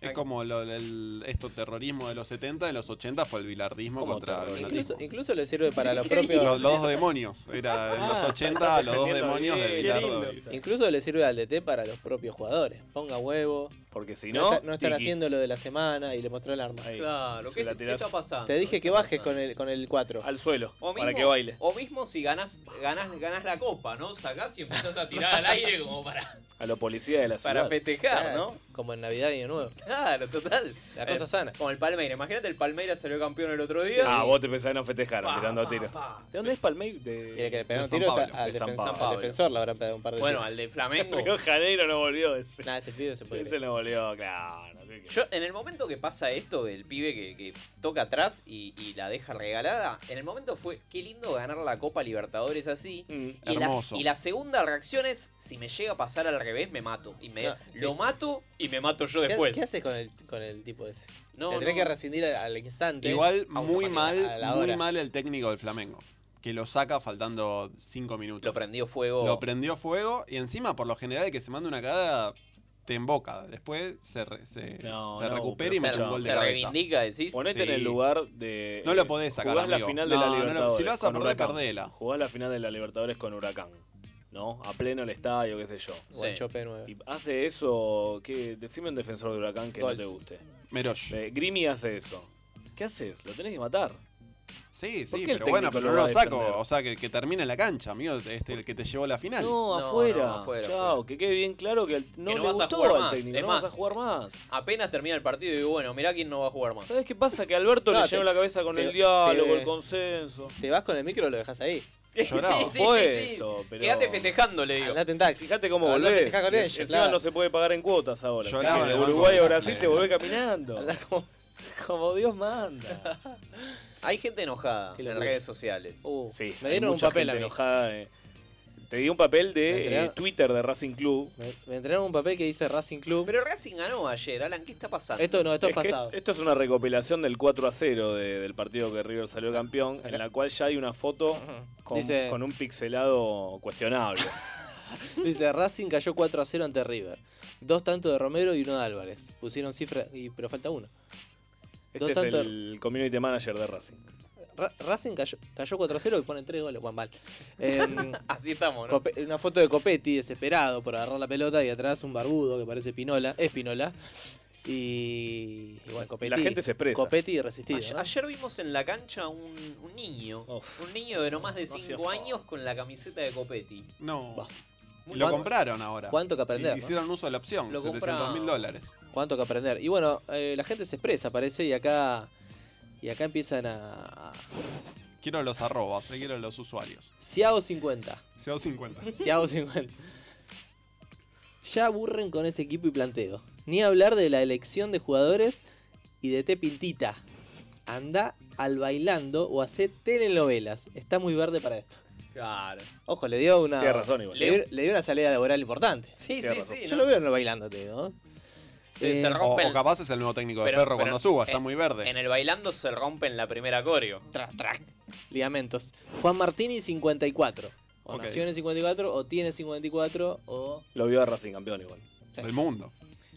Es como lo- el- esto terrorismo de los 70, de los 80 fue el bilardismo contra el Incluso, natismo. incluso le sirve para los Los, propios. los dos demonios. Era en Ah, los 80 los dos demonios del bilardo. Incluso le sirve al DT para los propios jugadores. Ponga huevo. Porque si No, no, está- no están tiki. haciendo lo de la semana y le mostró el arma. Claro, ¿qué, qué está pasando? Te dije que bajes con el, con el 4. Al suelo. O mismo, O mismo si ganas, ganas, ganas la copa, ¿no? Sacás y empezás a tirar al aire como para. A los policías de la ciudad. Para festejar, ¿no? Como en Navidad y Año Nuevo. Claro, total. Eh, La cosa sana. Como el Palmeiras. Imagínate, el Palmeiras salió campeón el otro día. Ah, Y- vos te pensás en no festejar, tirando a tiros. ¿De dónde es Palmeiras? De... Y el que le pegaron San tiros a- Pablo, al, de San defensa- al Pablo. defensor, le habrán pegado un par de Bueno, tiros. al de [LAUGHS] Flamengo. [LAUGHS] Río de Janeiro no volvió ese. Nah, ese pibe se puede. Ese no volvió, claro. ¿qué querés? Yo, en el momento que pasa esto del pibe que, que toca atrás y, y la deja regalada, en el momento fue, qué lindo ganar la Copa Libertadores así. y, la, hermoso. y la segunda reacción es, si me llega a pasar al revés, me mato. Y me, Ah, sí. Lo mato y me mato yo ¿Qué- después. ¿Qué, haces con el, con el tipo ese? No, Le tenés no. que rescindir al, al instante. Igual muy Automática- a mal, la muy hora. mal el técnico del Flamengo. Que lo saca faltando 5 minutos. Lo prendió fuego. Lo prendió fuego y encima, por lo general, el que se manda una cagada te emboca. Después se, re- se, No, se no, recupera y pero mete se- un gol de se cabeza. reivindica, decís. Ponete en Sí. el lugar de. eh, No lo podés sacar, Jugás amigo. la final No, de no la lo- Libertadores. si lo vas a con perder, Huracán. perdela. Jugás la final de la Libertadores con Huracán. ¿No? A pleno el estadio, qué sé yo. Buen chope de nueve. Y hace eso. ¿qué? Decime un defensor de Huracán que Golds. no te guste. Merosh. Eh, Grimi hace eso. ¿Qué haces? Lo tenés que matar. Sí, ¿Por sí, qué el pero bueno, técnico pero lo no va lo a saco. defender? O sea, que, que termine en la cancha, amigo, este, el que te llevó a la final. No, No, afuera. no, afuera, Chao, que quede bien claro que el- no, Que le no vas a gustó jugar al más, técnico. es no vas más. a jugar más. Apenas termina el partido y digo, bueno, mirá quién no va a jugar más. ¿Sabes qué pasa? Que Alberto No, le te- llenó la cabeza con te- el diálogo, te- el consenso. Te vas con el micro y lo [LAUGHS] dejas ahí. Lloraba. Sí, sí, Fue sí, sí. esto, pero- Quédate festejando, le digo. Andate en taxi. Fíjate cómo Andá a volvés. festejar con Y ellos, encima claro. no se puede pagar en cuotas ahora. así Lloraba que en el de banco Uruguay de a Brasil Play. te volvés caminando. Andá como- Como Dios manda. Hay gente enojada Qué en locura. redes sociales. Uh, Sí, [LAUGHS] me hay dieron un mucha papel gente a mí. enojada, eh. Te di un papel Me de entregaron- eh, Twitter de Racing Club. Me, me entregaron un papel que dice Racing Club. Pero Racing ganó ayer, Alan, ¿qué está pasando? Esto no, esto es, que pasado. esto es una recopilación del 4 a 0 de- del partido que River salió campeón, en la cual ya hay una foto con, Dice- con un pixelado cuestionable. [LAUGHS] Dice Racing cayó 4 a 0 ante River. Dos tantos de Romero y uno de Álvarez. Pusieron cifra, y, pero falta uno. Dos Este es tantos- el community manager de Racing. Ra- Racing cayó, cayó 4 a 0 y ponen 3 goles. Juan Val. [LAUGHS] Em, Así estamos, ¿no? Cope- una foto de Copetti desesperado por agarrar la pelota y atrás un barbudo que parece Pinola. Es Pinola. Y, y bueno, Copetti. La gente se expresa. Copetti irresistido. Ayer, ¿no? ayer vimos en la cancha un, un niño, Uf. un niño de no más de No sea 5 joda. años con la camiseta de Copetti. No. Bah. Lo ¿Cuánto- compraron ahora. cuánto que aprender, Y Hicieron uso de la opción, Lo 700 mil compraron. dólares. Cuánto que aprender. Y bueno, eh, la gente se expresa, parece, y acá. Y acá empiezan a. Quiero los arrobas, eh, quiero los usuarios. Ciao 50. Seo [LAUGHS] 50. Ciao 50. Ya aburren con ese equipo y planteo. Ni hablar de la elección de jugadores y de té pintita. Anda al bailando o hacé telenovelas. Está muy verde para esto. Claro. Ojo, le dio una. Tiene razón igual. Le, dio- le dio una salida laboral importante. Sí, Tiene sí, razón. sí. Yo ¿no? lo veo en el bailando, te digo. ¿no? Eh, Sí, se O, rompe o el- capaz es el nuevo técnico de Pero- Ferro pero- cuando suba, está eh, muy verde. En el bailando se rompe en la primera coreo. Tras, trac. Ligamentos. Juan Martini, 54. O Ok. nació en el 54, o tiene 54, o. Lo vio a Racing campeón igual. Del mundo.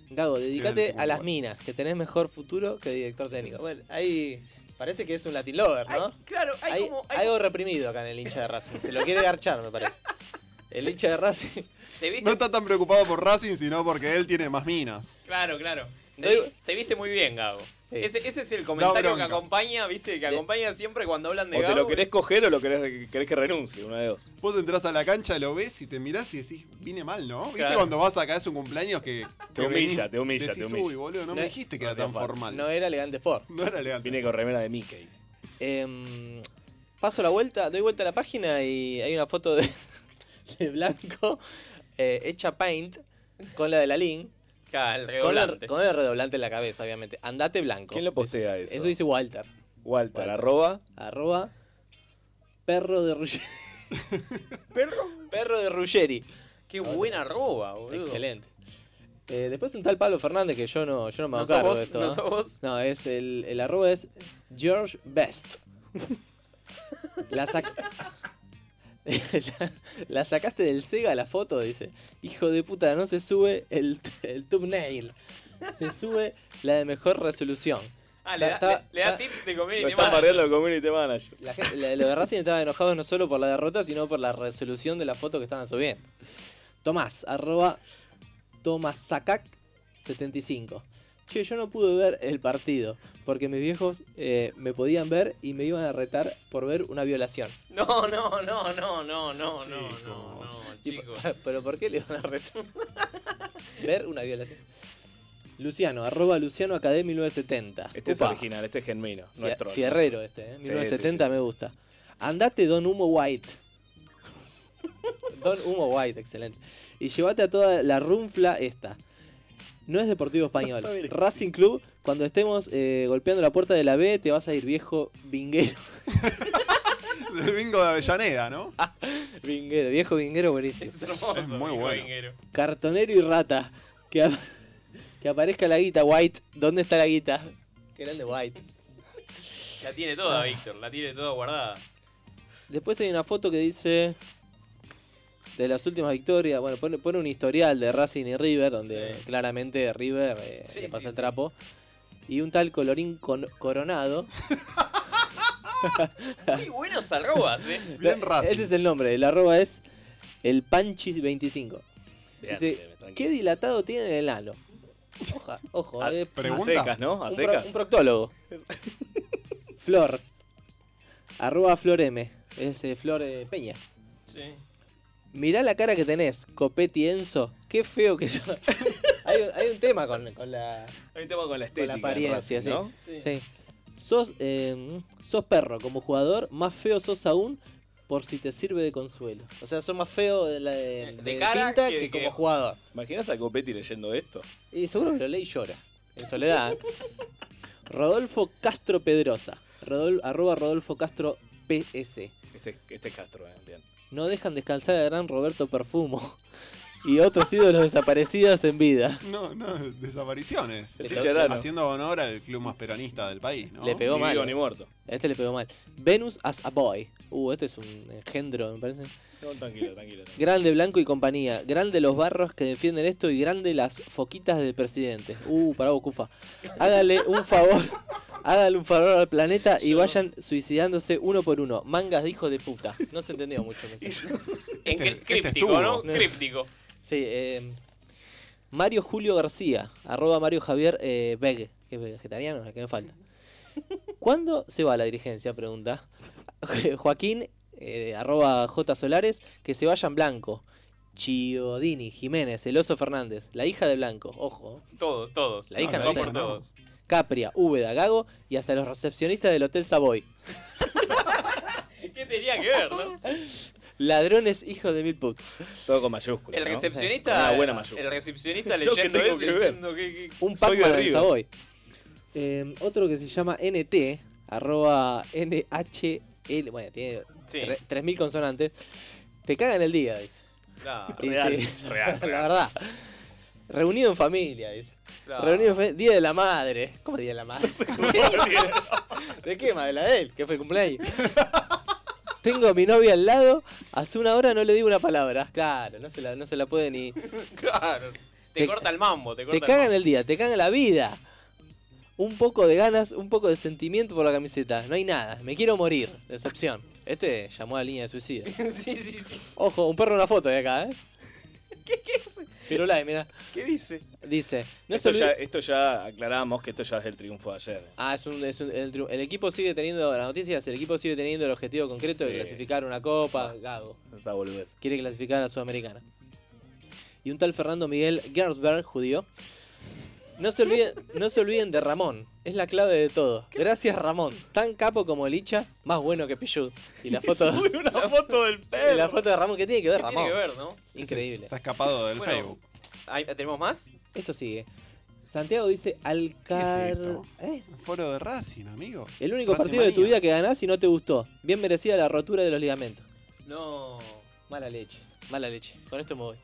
Gago, dedícate el a las 54. minas, que tenés mejor futuro que director técnico. Bueno, ahí. Parece que es un Latin Lover, ¿no? Claro, hay, Hay- como. hay- algo reprimido acá en el hincha de Racing. Se lo quiere garchar, me parece. El [LAUGHS] hincha de Racing. Se viste. No está tan preocupado por Racing, sino porque él tiene más minas. Claro, claro. Se, vi- se viste muy bien, Gabo. Ese, ese es el comentario que bronca. acompaña, viste, que acompaña siempre cuando hablan de O te Gabo. lo querés coger o lo querés, querés que renuncie, una de dos. Vos entrás a la cancha, lo ves y te mirás y decís, vine mal, ¿no? ¿Viste Claro. cuando vas acá es un cumpleaños que. Te que humilla, venís, te humilla, decís, te humilla. Uy, boludo, no, me No- dijiste que no era tan hacía falta. formal. No era elegante Sport. [LAUGHS] No era elegante. Vine con remera de Mickey. Em, paso la vuelta, doy vuelta a la página y hay una foto de, [LAUGHS] de Blanco eh, hecha paint con la de la Lin. Con, la- redoblante. con el redoblante en la cabeza, obviamente. Andate Blanco. ¿Quién lo postea eso? Eso dice Walter. Walter, arroba. Arroba perro de Ruggeri. ¿Perro? Perro de Ruggeri. Qué buena arroba, boludo. Excelente. Eh, después un tal Pablo Fernández que yo no, yo no me hago ¿No sos cargo vos? de esto. ¿No ¿eh? sos vos? No, es el, el arroba es George Best. La, sac- [LAUGHS] La- la sacaste del Sega la foto, dice. Hijo de puta, no se sube el, el thumbnail. Se sube la de mejor resolución. Ah, le da, Está- le- le da tips de Lo community están manager. bardeando el community manager. La gente- la- lo de Racing estaba enojado no solo por la derrota, sino por la resolución de la foto que estaban subiendo. Tomás, arroba Tomasacac75. Che, yo no pude ver el partido porque mis viejos eh, me podían ver y me iban a retar por ver una violación. No, no, no, no, no, no, no, no, no, Y- chicos. ¿Pero por qué le iban a retar? [LAUGHS] ver una violación. Luciano, arroba Luciano Acadé 1970. Este es Upa. original, este es genuino. Fia- No es troll. Fierrero este, ¿eh? Sí, 1970 me gusta. Andate Don Humo White. Don Humo White, excelente. Y llévate a toda la runfla esta. No es Deportivo Español. Vas a ver. Racing Club, cuando estemos eh, golpeando la puerta de la B, te vas a ir viejo [LAUGHS] vinguero. Del bingo de Avellaneda, ¿no? [LAUGHS] vinguero, viejo vinguero buenísimo. es muy bueno. Cartonero y rata. Que, ap- [LAUGHS] que aparezca la guita, White. ¿Dónde está la guita? Que era el de White. La tiene toda, Víctor, la tiene toda guardada. Después hay una foto que dice de las últimas victorias. Bueno, pone, pone un historial de Racing y River, donde claramente River eh, le pasa el trapo. Y un tal colorín con- coronado. [LAUGHS] Muy buenos arrobas, [LAUGHS] eh. [LAUGHS] Ese es el nombre. El arroba es el Panchis25. Bien, bien, Dice, tranquilo. Ah, ¿qué dilatado tiene el ano? Oja, ojo, A- eh, pregunta. A secas, ¿no? A Un secas. [LAUGHS] un proctólogo. Flor. Arroba Flor M. Es eh, Flor eh, Peña. Sí. Mirá la cara que tenés, Copetti Enzo. Qué feo que [LAUGHS] sos. hay, un- hay un tema con, con la, Hay un tema con la con la estética. apariencia, de Racing, sí. ¿no? Sí. Sos, eh, sos perro como jugador, más feo sos aún por si te sirve de consuelo. O sea, sos más feo de, la de, de pinta que, como jugador. ¿Imaginas a Copetti leyendo esto? Y seguro que lo lee y llora. En soledad. [LAUGHS] Rodolfo Castro Pedrosa. Rodol- arroba Rodolfo Castro PS. Este, este es Castro, eh, bien. No dejan descansar a gran Roberto Perfumo [LAUGHS] y otros ídolos desaparecidos en vida. No, no, desapariciones. El Chicharano. Haciendo honor al club más peronista del país, ¿no? Le pegó mal. eh. muerto. A este le pegó mal. Venus as a boy. Uh, este es un engendro, me parece. No, tranquilo, tranquilo. tranquilo. Grande Blanco y compañía. Grande los barros que defienden esto y grande las foquitas del presidente. Uh, pará vos, Cufa. Hágale un favor. [LAUGHS] Hágale un favor al planeta y vayan suicidándose uno por uno. Mangas de hijo de puta. No se entendió mucho. el mensaje. En cri- críptico, ¿no? Críptico. Sí, eh, Mario Julio García, arroba Mario Javier eh, Beg, que es vegetariano, que me falta. ¿Cuándo se va la dirigencia? Pregunta. [LAUGHS] Joaquín, eh, arroba J Solares, que se vayan Blanco. Chiodini, Jiménez, El Oso Fernández, la hija de Blanco, ojo. Todos, todos. La hija no, Vamos sé. por todos. Capria, Úbeda, Gago y hasta los recepcionistas del Hotel Savoy. ¿Qué tenía que ver, no? Ladrones, hijos de mil putas. Todo con mayúsculas. El ¿no? recepcionista. Una buena mayúscula. El [LAUGHS] recepcionista Yo que leyendo tengo eso y que ver. diciendo que. que- Soy Un Pac-Man de del River. Savoy. Eh, otro que se llama NT, arroba NHL, bueno, tiene Sí. tre- 3.000 consonantes. Te cagan el día, dice. Nah, Y real, sí, [LAUGHS] real, La real. verdad. Reunido en familia, dice. Nah. Reunido en fa- Día de la Madre. ¿Cómo Día de la Madre? [LAUGHS] ¿De qué madre? La de él, que fue el cumpleaños. [LAUGHS] Tengo a mi novia al lado, hace una hora no le digo una palabra. Claro, no se la, no se la puede ni... Claro. Te, Te- corta el mambo, te corta Te cagan el día, te cagan la vida. Un poco de ganas, un poco de sentimiento por la camiseta. No hay nada. Me quiero morir. Decepción. Este [LAUGHS] llamó a la línea de suicidio. mambo. sí, sí, sí. Ojo, un perro en una foto de acá, ¿eh? ¿Qué, qué hace? Firulai, mira. ¿Qué dice? Dice, no esto, se olvide- ya, esto ya aclaramos que esto ya es el triunfo de ayer. Ah, es un, es un- el, triun- el equipo sigue teniendo las noticias, el equipo sigue teniendo el objetivo concreto de Sí. clasificar una copa, [LAUGHS] Gago. Esa boludez. Quiere clasificar a Sudamericana. Y un tal Fernando Miguel Gersberg, judío. No se, olviden, no se olviden de Ramón, es la clave de todo. Gracias Ramón, tan capo como Licha, más bueno que Pichud. [LAUGHS] Y la foto, La foto del perro. [LAUGHS] y la foto de Ramón, ¿qué tiene que ver ¿Qué Ramón? Tiene que ver, ¿no? Increíble. Está escapado del Bueno, Facebook. ahí- ¿Tenemos más? Esto sigue. Santiago dice Alcar... Foro de Racing, amigo. El único Racing partido de tu Manía. vida que ganás y no te gustó. Bien merecida la rotura de los ligamentos. No. Mala leche, mala leche. Con esto me voy.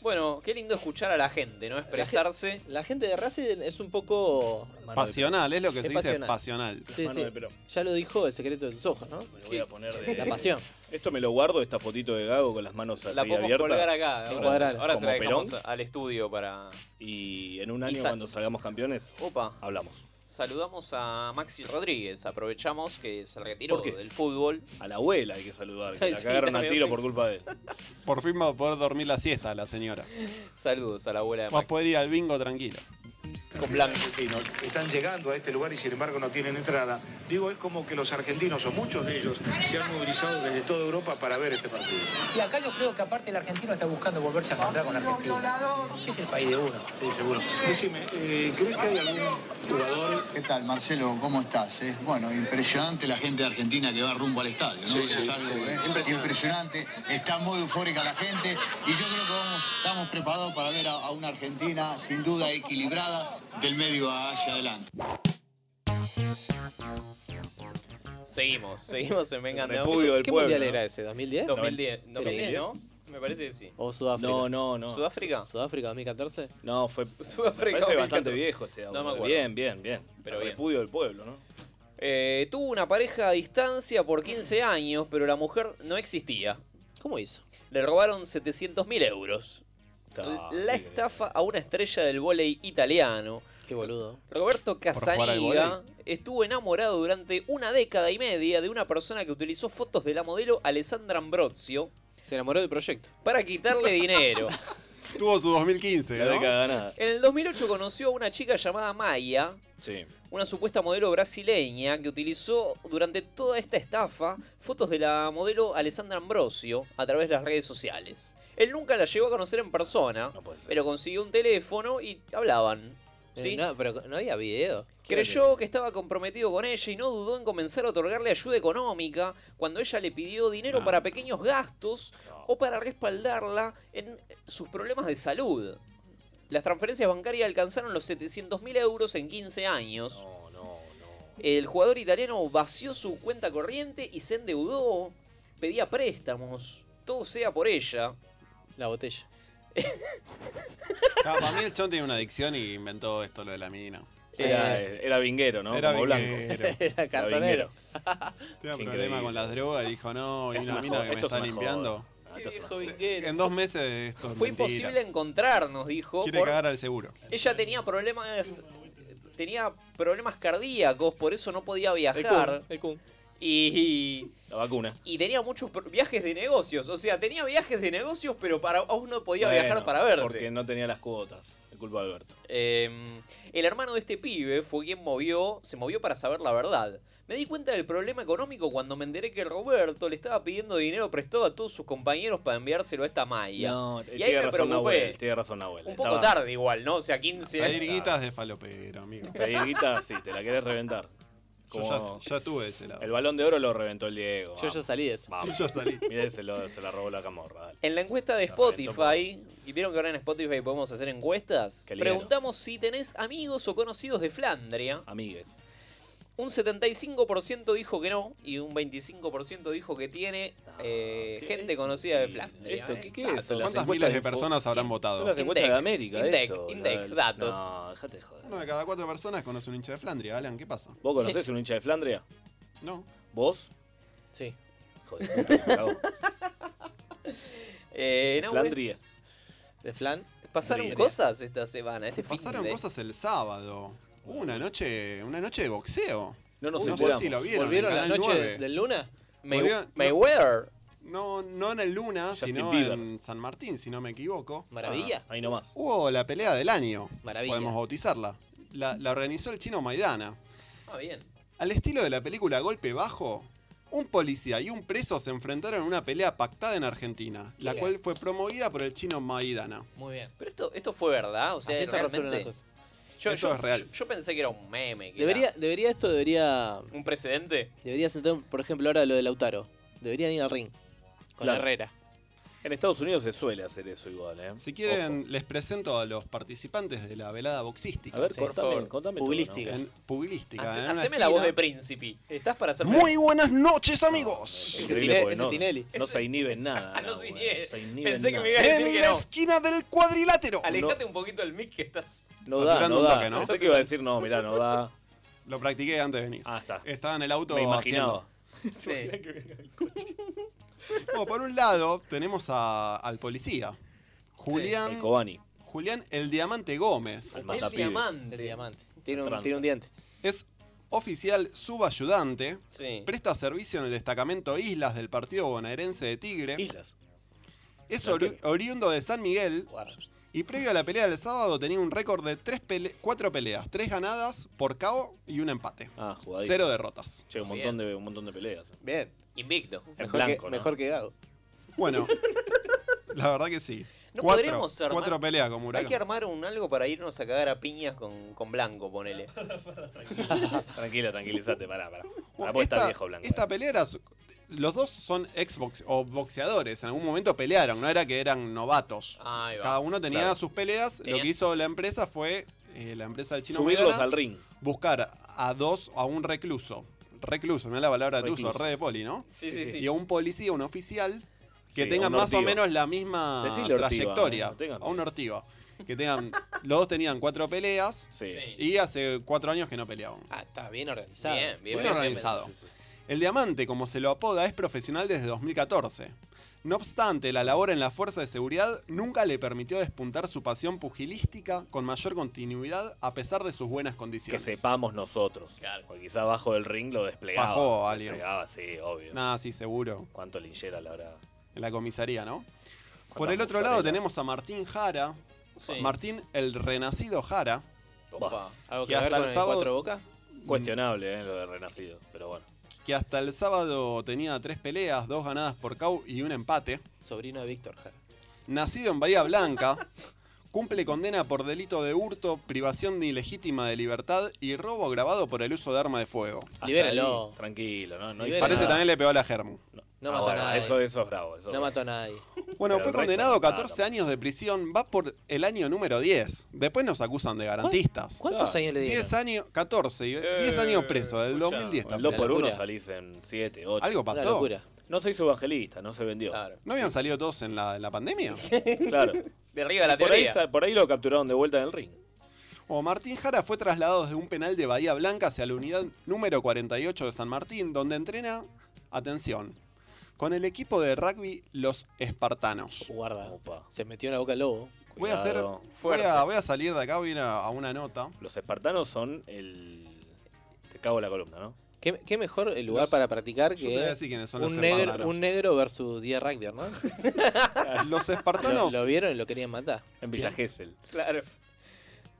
Bueno, qué lindo escuchar a la gente, ¿no? Expresarse. La gente de Racing es un poco... Pasional, es lo que se dice, pasional. Sí, Mano sí. de Perón. Ya lo dijo el secreto de tus ojos, ¿no? Lo voy a poner de. La pasión. Este- Esto me lo guardo, esta fotito de Gago con las manos así La podemos abiertas. colgar acá. Ahora, se- ahora se Como la dejamos Perón. al estudio para. Y en un Y año, sa- cuando salgamos campeones, Opa. hablamos. Saludamos a Maxi Rodríguez. Aprovechamos que se retiró ¿Por qué? del fútbol. A la abuela hay que saludar, que [LAUGHS] Sí, la sí, cagaron a también. tiro por culpa de él. Por fin va a poder dormir la siesta la señora. Saludos a la abuela de Va a Maxi. poder ir al bingo tranquilo. Con blanquinos están llegando a este lugar y sin embargo no tienen entrada. Digo, es como que los argentinos, o muchos de ellos, se han movilizado desde toda Europa para ver este partido. Y acá yo creo que aparte el argentino está buscando volverse a encontrar con Argentina. Que es el país de uno. Sí, seguro. Decime, eh, ¿crees que hay algún jugador? ¿Qué tal, Marcelo? ¿Cómo estás? eh? Bueno, impresionante la gente de Argentina que va rumbo al estadio, ¿no? Sí, Es sí, algo, sí. eh, Impresionante. Impresionante. Está muy eufórica la gente y yo creo que vamos- estamos preparados para ver a, a una Argentina sin duda equilibrada del medio hacia adelante. Seguimos, [LAUGHS] seguimos en Vengan de a Repudio Uno. del ¿Qué pueblo, mundial ¿no? era ese? 2010? 2010, Pero- 2010, ¿no? Me parece que sí. O Sudáfrica. No, no, no. ¿Sudáfrica? ¿Sudáfrica 2014? No, [LAUGHS] fue. Sudáfrica, me 2014. parece bastante viejo este No audio. me acuerdo. Bien, bien, bien. Pero El bien. repudio del pueblo, ¿no? Eh, tuvo una pareja a distancia por 15 años, pero la mujer no existía. ¿Cómo hizo? Le robaron 700 mil euros. Ta, la estafa a una estrella del vóley italiano. Qué boludo. Roberto jugar al Casaniga vóley. estuvo enamorado durante una década y media de una persona que utilizó fotos de la modelo Alessandra Ambrozio. Se enamoró del proyecto. Para quitarle dinero. Tuvo su 2015, La ¿no? década ganada. En el 2008 conoció a una chica llamada Maya, [LAUGHS] Sí. una supuesta modelo brasileña que utilizó durante toda esta estafa fotos de la modelo Alessandra Ambrosio a través de las redes sociales. Él nunca la llegó a conocer en persona, pero consiguió un teléfono y hablaban. Eh, ¿sí? no, pero no había video. Creyó que estaba comprometido con ella y no dudó en comenzar a otorgarle ayuda económica cuando ella le pidió Ah. dinero para pequeños gastos o para respaldarla en sus problemas de salud. Las transferencias bancarias alcanzaron los 700.000 euros en 15 años. El jugador italiano vació su cuenta corriente y se endeudó, pedía préstamos, todo sea por ella. La botella. Ah, para mí el chon tiene una adicción y inventó esto lo de la mina. Era, era vinguero, ¿no? Era Como blanco. [LAUGHS] vinguero. Era cartonero. [LAUGHS] Tenía Qué un increíble. problema con las drogas y dijo, no, y Es una una mina joda, que me esto es está una limpiando. joda. Ah, esto es una joda. En dos meses esto es Fue mentira. imposible encontrarnos, dijo. Quiere por- cagar al seguro. Ella tenía problemas. Tenía problemas cardíacos, por eso no podía viajar. El Kun. Y, La vacuna. y tenía muchos pro- viajes de negocios. O sea, tenía viajes de negocios, pero para aún no podía viajar Bueno, para verte. Porque no tenía las cuotas. Es culpa de Alberto. Eh, el hermano de este pibe fue quien movió, se movió para saber la verdad. Me di cuenta del problema económico cuando me enteré que Roberto le estaba pidiendo dinero prestado a todos sus compañeros para enviárselo a esta Maya. No, y ahí tiene me razón preocupé. Nahuel. Tiene razón Nahuel. Un poco Estaba- tarde igual, ¿no? O sea, 15 Pedir guitas de falopero, amigo. Pedir guita, sí, te la querés reventar. Yo ya, ya tuve ese lado. El balón de oro lo reventó el Diego. Yo ya salí de ese. Vamos. Yo ya salí. Mirá, se, lo- se la robó la camorra. dale. En la encuesta de Spotify, y vieron que ahora en Spotify podemos hacer encuestas, lindo. preguntamos si tenés amigos o conocidos de Flandria. Amigues. Un 75% dijo que no y un 25% dijo que tiene eh, gente conocida de Flandria. Ah, esto, ¿eh? ¿qué- qué Datos. es? Las ¿Cuántas encuestas miles de Info- personas habrán Son votado? las encuestas de Indec, América, Indec, esto. Indec, La- datos. No, dejate de joder. Uno de cada cuatro personas conoce un hincha de Flandria, Alan, ¿qué pasa? [LAUGHS] ¿Vos conocés un hincha de Flandria? No. ¿Vos? Sí. Joder, puta, me cago. Eh, Nahuel, Flandria. ¿De flan? Pasaron Flandria. cosas esta semana. Este fin Pasaron de- cosas el sábado. Hubo Una noche, una noche de boxeo. No nos sé enteramos. si lo vieron. ¿Volvieron en las Canal noches 9. del luna? May- Volvieron- Mayweather. No, no en el Luna, Justin sino Bieber. en San Martín, si no me equivoco. Maravilla. Ah, ahí nomás. Hubo la pelea del año. Maravilla. Podemos bautizarla. La, la organizó el chino Maidana. Ah, bien. Al estilo de la película Golpe Bajo, un policía y un preso se enfrentaron en una pelea pactada en Argentina, la Mira. cual fue promovida por el chino Maidana. Muy bien. Pero esto, esto fue verdad, o sea, Así es se resuelven realmente. las Yo, Esto yo- es real. yo- yo pensé que era un meme. que Debería, era debería esto, debería. un precedente. Debería sentar, por ejemplo, ahora lo de Lautaro. Deberían ir al ring. Con Claro. Herrera. En Estados Unidos se suele hacer eso igual, ¿eh? Si quieren, les presento a los participantes de la velada boxística. A ver, Sí, contame- por favor. contame todo, Pubilística. ¿no? En- pubilística, Hace- en una haceme la voz de esquina. príncipe. Estás para hacer. Muy buenas noches, amigos. Es increíble porque no, no se inhibe en nada. [LAUGHS] Ah, No, no, sin güey, nieve. se inhibe Pensé que en nada. me iba a decir que no. esquina del cuadrilátero. Alejate un poquito del mic que estás. No da, Saturando no un da. toque, ¿no? Pensé que iba a decir, no, mirá, no da. [LAUGHS] Lo practiqué antes de venir. Ah, está. Estaba en el auto Me imaginaba. Sí. haciendo- Bueno, por un lado, tenemos a- al policía. Julián. El Cobani. Julián el Diamante Gómez. El matapibes. diamante. El diamante. Tiene un, Tranza. tiene un diente. Es oficial subayudante. Sí. Presta servicio en el destacamento Islas del partido bonaerense de Tigre. Islas. Es No, ori- Tigre. oriundo de San Miguel. Y previo a la pelea del sábado tenía un récord de tres pele- cuatro peleas, tres ganadas por KO y un empate. Ah, jugadito. Cero derrotas. Che, un montón, de, un montón de peleas. Bien. Invicto. En blanco, ¿no? Mejor que Gago. Bueno, la verdad que sí. No cuatro, podríamos armar- cuatro peleas como Hay que Huracán. armar un algo para irnos a cagar a piñas con, con Blanco, ponele. Tranquilo, tranquilízate, pará, pará. Bueno, Pará, vos esta- estás viejo, Blanco. eh. Esta pelea era. su- Los dos son exbox o boxeadores. En algún momento pelearon, no era que eran Ah, novatos. Ahí va. Cada uno tenía Claro. sus peleas. Lo Tenía- que hizo la empresa fue, eh, la empresa del chino Subirlos Maidana, al ring. Buscar a dos, a un recluso. Recluso, no es la palabra de uso, Reclusos. re de poli, ¿no? Sí, sí, sí. Y a un policía, un oficial, Sí, que a tengan un más o ortigo. menos la misma Decile ortiva, trayectoria. eh, no tengan a un ortiva. Que tengan, los dos tenían cuatro peleas Sí. y hace cuatro años que no peleaban. Ah, está bien organizado. Bien, bien, Bien bien, organizado. bien. El diamante, como se lo apoda, es profesional desde 2014. No obstante, la labor en la fuerza de seguridad nunca le permitió despuntar su pasión pugilística con mayor continuidad a pesar de sus buenas Que condiciones. sepamos nosotros. Porque quizá abajo del ring lo desplegaba. Fajó a alguien. Desplegaba, sí, obvio. Nada, sí, seguro. Cuánto linchera la hora. En la comisaría, ¿no? Por Cuántas el otro lado mozzarellas. tenemos a Martín Jara. Sí. Martín, el renacido Jara. Opa. ¿Algo que hasta el sábado- Cuestionable, ¿eh? Lo de Renacido. Pero bueno. Que hasta el sábado tenía tres peleas, dos ganadas por KO y un empate. Sobrino de Víctor Jara. Nacido en Bahía Blanca, cumple condena por delito de hurto, privación de ilegítima de libertad y robo agravado por el uso de arma de fuego. Hasta ahí, tranquilo, ¿no? no hizo Parece nada. también le pegó a la Germu. No mató a nadie. Ah, Eso, eso es bravo. Eso es No bravo. mató a nadie. Pero Bueno, fue el resto condenado a no está 14 años de prisión, va por el año número 10. Después nos acusan de garantistas. ¿Cuántos años le dieron? 10 años, 14, y 10 Eh, años preso, del 2010 Con también. Lo por uno salís en 7, 8. Algo pasó. Una locura. No se hizo evangelista, no se vendió. ¿No habían salido todos en la, en la pandemia? Claro. De arriba la por ahí, teoría. sa- por ahí lo capturaron de vuelta en el ring. [LAUGHS] O Martín Jara fue trasladado desde un penal de Bahía Blanca hacia la unidad número 48 de San Martín, donde entrena, atención, con el equipo de rugby Los Espartanos. Guarda. Se metió en la boca el lobo. Voy a, hacer, Cuidado. voy, Fuerte. a, voy a salir de acá, voy a ir a, a una nota. Los espartanos son el. Te cago en la columna, ¿no? ¿Qué, qué mejor el lugar para practicar te voy a que decir quiénes son los un, negro, hermanos. un negro versus 10 rugby, ¿no? [LAUGHS] Los espartanos. Lo, lo vieron y lo querían matar. En Villa Gesell. Claro.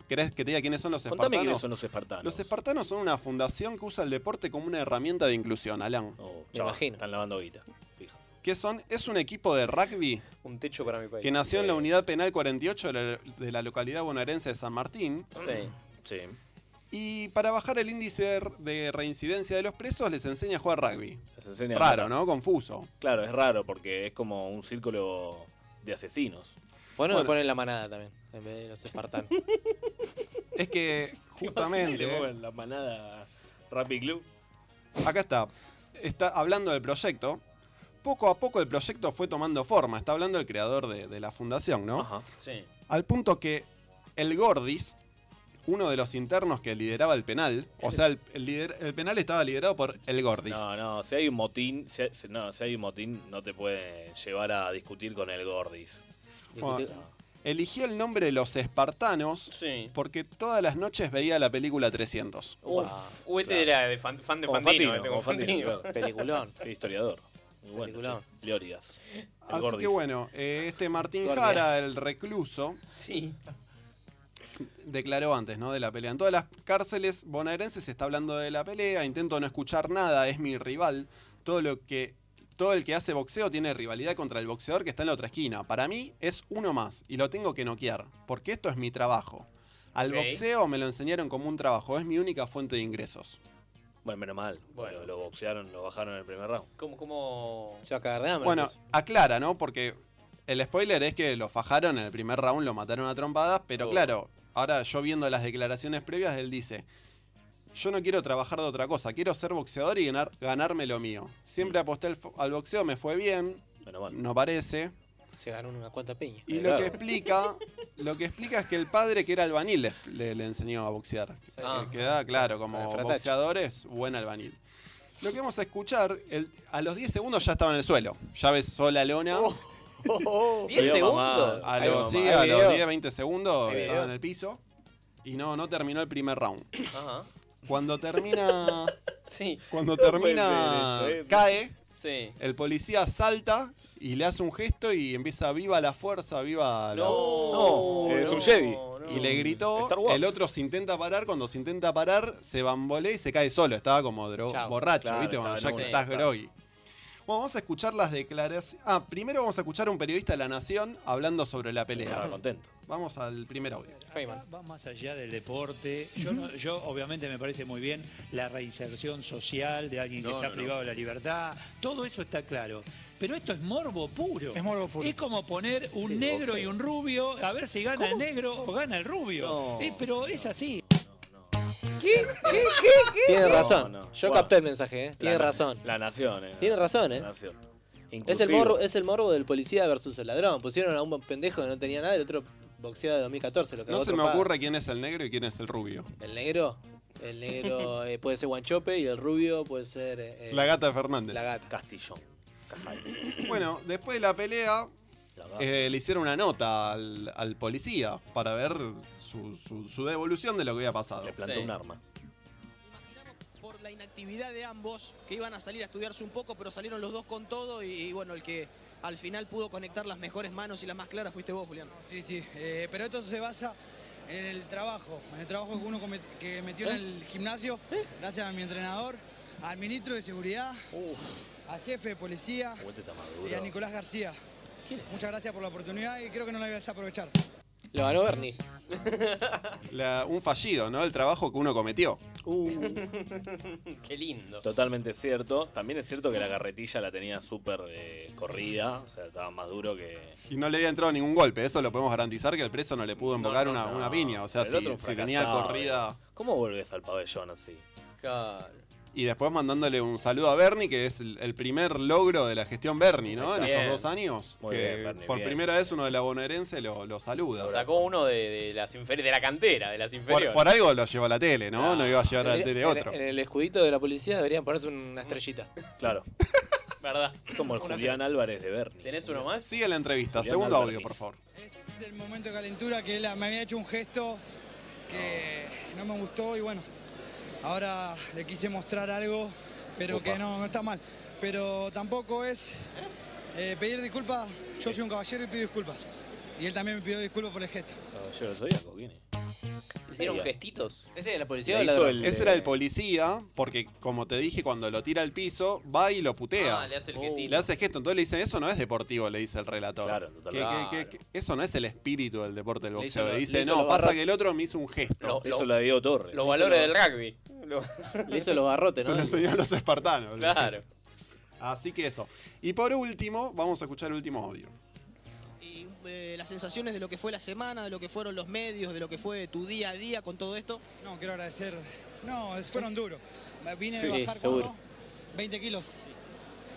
¿Querés que te diga quiénes son los Contame espartanos? quiénes son los espartanos. Los espartanos son una fundación que usa el deporte como una herramienta de inclusión, Alan. Oh, Chau, Están lavando guita. Fija. ¿Qué son? Es un equipo de rugby Un techo para mi país. que nació en la unidad penal 48 de la, de la localidad bonaerense de San Martín. Sí. Sí. Y para bajar el índice de re- de reincidencia de los presos, les enseña a jugar rugby. Les enseña a Raro, matar. ¿no? Confuso. Claro, es raro porque es como un círculo de asesinos. Bueno, me Bueno. ponen la manada también, en vez de [LAUGHS] los espartanos. Es que, Le justamente, ¿eh? pongan la manada Rapid Club. acá está. Está hablando del proyecto. Poco a poco el proyecto fue tomando forma. Está hablando el creador de, de la fundación, ¿no? Sí. Al punto que el Gordis, uno de los internos que lideraba el penal, o sea, el, el lider- el penal estaba liderado por el Gordis. No, no, si hay un motín, si hay- si- no, si hay un motín, no te puede llevar a discutir con el Gordis. Bueno, eligió el nombre de Los Espartanos porque todas las noches veía la película 300. Uf, Uete era de fan, fan de Como Fantino. Fantino, eh, tengo como Fantino, Fantino. claro. Peliculón. Historiador. Muy bueno. che. Leóridas. El Así que Gordis. bueno, eh, este Martín Gordias. Jara, el recluso. Declaró antes, ¿no? De la pelea. En todas las cárceles bonaerenses se está hablando de la pelea. Intento no escuchar nada, es mi rival. Todo lo que. Todo el que hace boxeo tiene rivalidad contra el boxeador que está en la otra esquina. Para mí es uno más y lo tengo que noquear, porque esto es mi trabajo. Al Ok. boxeo me lo enseñaron como un trabajo, es mi única fuente de ingresos. Bueno, menos mal. Bueno. Lo, lo boxearon, lo bajaron en el primer round. ¿Cómo, cómo... Se va a cagar de hambre. pues. Bueno, entonces. aclara, ¿no? Porque el spoiler es que lo fajaron en el primer round, lo mataron a trompadas, pero Oh. claro, ahora yo viendo las declaraciones previas, él dice, yo no quiero trabajar de otra cosa, quiero ser boxeador y ganar, ganarme lo mío. Siempre Mm. aposté al, fo- al boxeo, me fue bien, no parece. se ganó una cuanta peña. Y lo que explica, lo que explica es que el padre que era albanil le, le- le enseñó a boxear. Que Ah. Queda claro, como Para el fratacho. boxeador es buen albanil. Lo que vamos a escuchar, el- a los 10 segundos ya estaba en el suelo. Ya besó la lona. ¿Diez Oh. Salió segundos? mamado, A salió los, sí, mamado. a Hay los video. 10, 20 segundos Hay video. estaba en el piso. Y no, no terminó el primer round. Ajá. Cuando termina. [LAUGHS] Sí. Cuando No termina. puede ser esto, ¿eh? Cae. [LAUGHS] Sí. El policía salta y le hace un gesto y empieza viva la fuerza, viva la. No, No, es un no, Chevy. Y le gritó. El otro se intenta parar. Cuando se intenta parar, se bambolea y se cae solo. Estaba como dro- Chao. borracho, Claro, ¿viste? estaba Cuando ya en que una. estás Sí, groggy. Bueno, vamos a escuchar las declaraciones. Ah, primero vamos a escuchar a un periodista de La Nación hablando sobre la pelea. Estaba contento. Vamos al primer audio. Va más allá del deporte. Yo, no- yo, obviamente me parece muy bien la reinserción social de alguien que No, está no, no. privado de la libertad. Todo eso está claro. Pero esto es morbo puro. Es morbo puro. Es como poner un Sí, negro boxeo. y un rubio a ver si gana el negro o gana el rubio. No. Eh, pero es así. ¿Qué? ¿Qué? ¿Qué? ¿Qué? Tiene No, razón. no. Yo Bueno. capté el mensaje, ¿eh? Tiene La- razón. La nación, eh. Tiene razón, ¿eh? La nación. Es el, Inclusive. morbo, es el morbo del policía versus el ladrón. Pusieron a un pendejo que no tenía nada y el otro boxeado de 2014. Lo No se me ocurre quién es el negro y quién es el rubio. ¿El negro? El [LAUGHS] negro eh, puede ser Guanchope y el rubio puede ser. eh, La gata Fernández. La gata. Castillón. Bueno, después de la pelea, eh, le hicieron una nota al, al policía para ver su, su- su devolución de lo que había pasado. Le plantó Sí. un arma. por la inactividad de ambos, que iban a salir a estudiarse un poco, pero salieron los dos con todo y, y bueno, el que al final pudo conectar las mejores manos y las más claras fuiste vos, Julián. Sí, sí, eh, pero esto se basa en el trabajo, en el trabajo que uno comet- que metió en ¿Eh? el gimnasio, gracias a mi entrenador, al ministro de Seguridad, al jefe de policía Aguante este está maduro. y a Nicolás García. Muchas gracias por la oportunidad y creo que no la voy [LAUGHS] a desaprovechar. Lo ganó Bernie. La- un fallido, ¿no? El trabajo que uno cometió. [LAUGHS] Qué lindo. Totalmente cierto. También es cierto que la carretilla la tenía súper eh, corrida. O sea, estaba más duro que. Y no le había entrado ningún golpe, eso lo podemos garantizar que el preso no le pudo embocar No, una, no, una no. piña. O sea, El si, otro un si tenía fracasado, corrida. eh. ¿Cómo volvés al pabellón así? Y después mandándole un saludo a Bernie, que es el, el primer logro de la gestión Bernie, ¿no? En Bien. estos dos años. Muy que bien, Bernie, por bien. primera vez uno de la bonaerense lo, lo saluda. Sacó uno de, de las inferiores, de la cantera, de las inferiores. Por, por algo lo llevó a la tele, ¿no? No, iba a llevar a la En- tele en- otro. En, el escudito de la policía deberían ponerse [LAUGHS] una estrellita. Claro. ¿Verdad? Como el Una Julián Álvarez de Bernie. ¿Tenés uno más? Sigue la entrevista. Julián Segundo Álvarez. audio, por favor. Es el momento de calentura que él me había hecho un gesto que no me gustó y bueno, ahora le quise mostrar algo, pero Opa. que no, no está mal. Pero tampoco es eh, pedir disculpas, yo soy un caballero y pido disculpas. Y él también me pidió disculpas por el gesto. Caballero Zodíaco, ¿quién es? ¿Se hicieron gestitos? ¿Ese de la Ese era el- Ese era el policía, porque como te dije, cuando lo tira al piso, va y lo putea. Uh, Ah, le hace el gestito. Le hace gesto. Entonces le dice, eso no es deportivo, le dice el relator. Claro, total- Que- que- que- que- eso no es el espíritu del deporte del Le boxeo. hizo Le lo- le dice, hizo no, lo pasa barra- que el otro me hizo un gesto. Lo- Eso lo- la dio Torres. Los valores del rugby. Le hizo los barrotes, Se ¿no? lo enseñó a los espartanos. le Claro. dice. Así que eso. Y por último, vamos a escuchar el último audio. Y eh, las sensaciones de lo que fue la semana, de lo que fueron los medios, de lo que fue tu día a día con todo esto. No, quiero agradecer. No, es- fueron duros. Vine Sí, a bajar seguro. ¿cuánto? 20 kilos.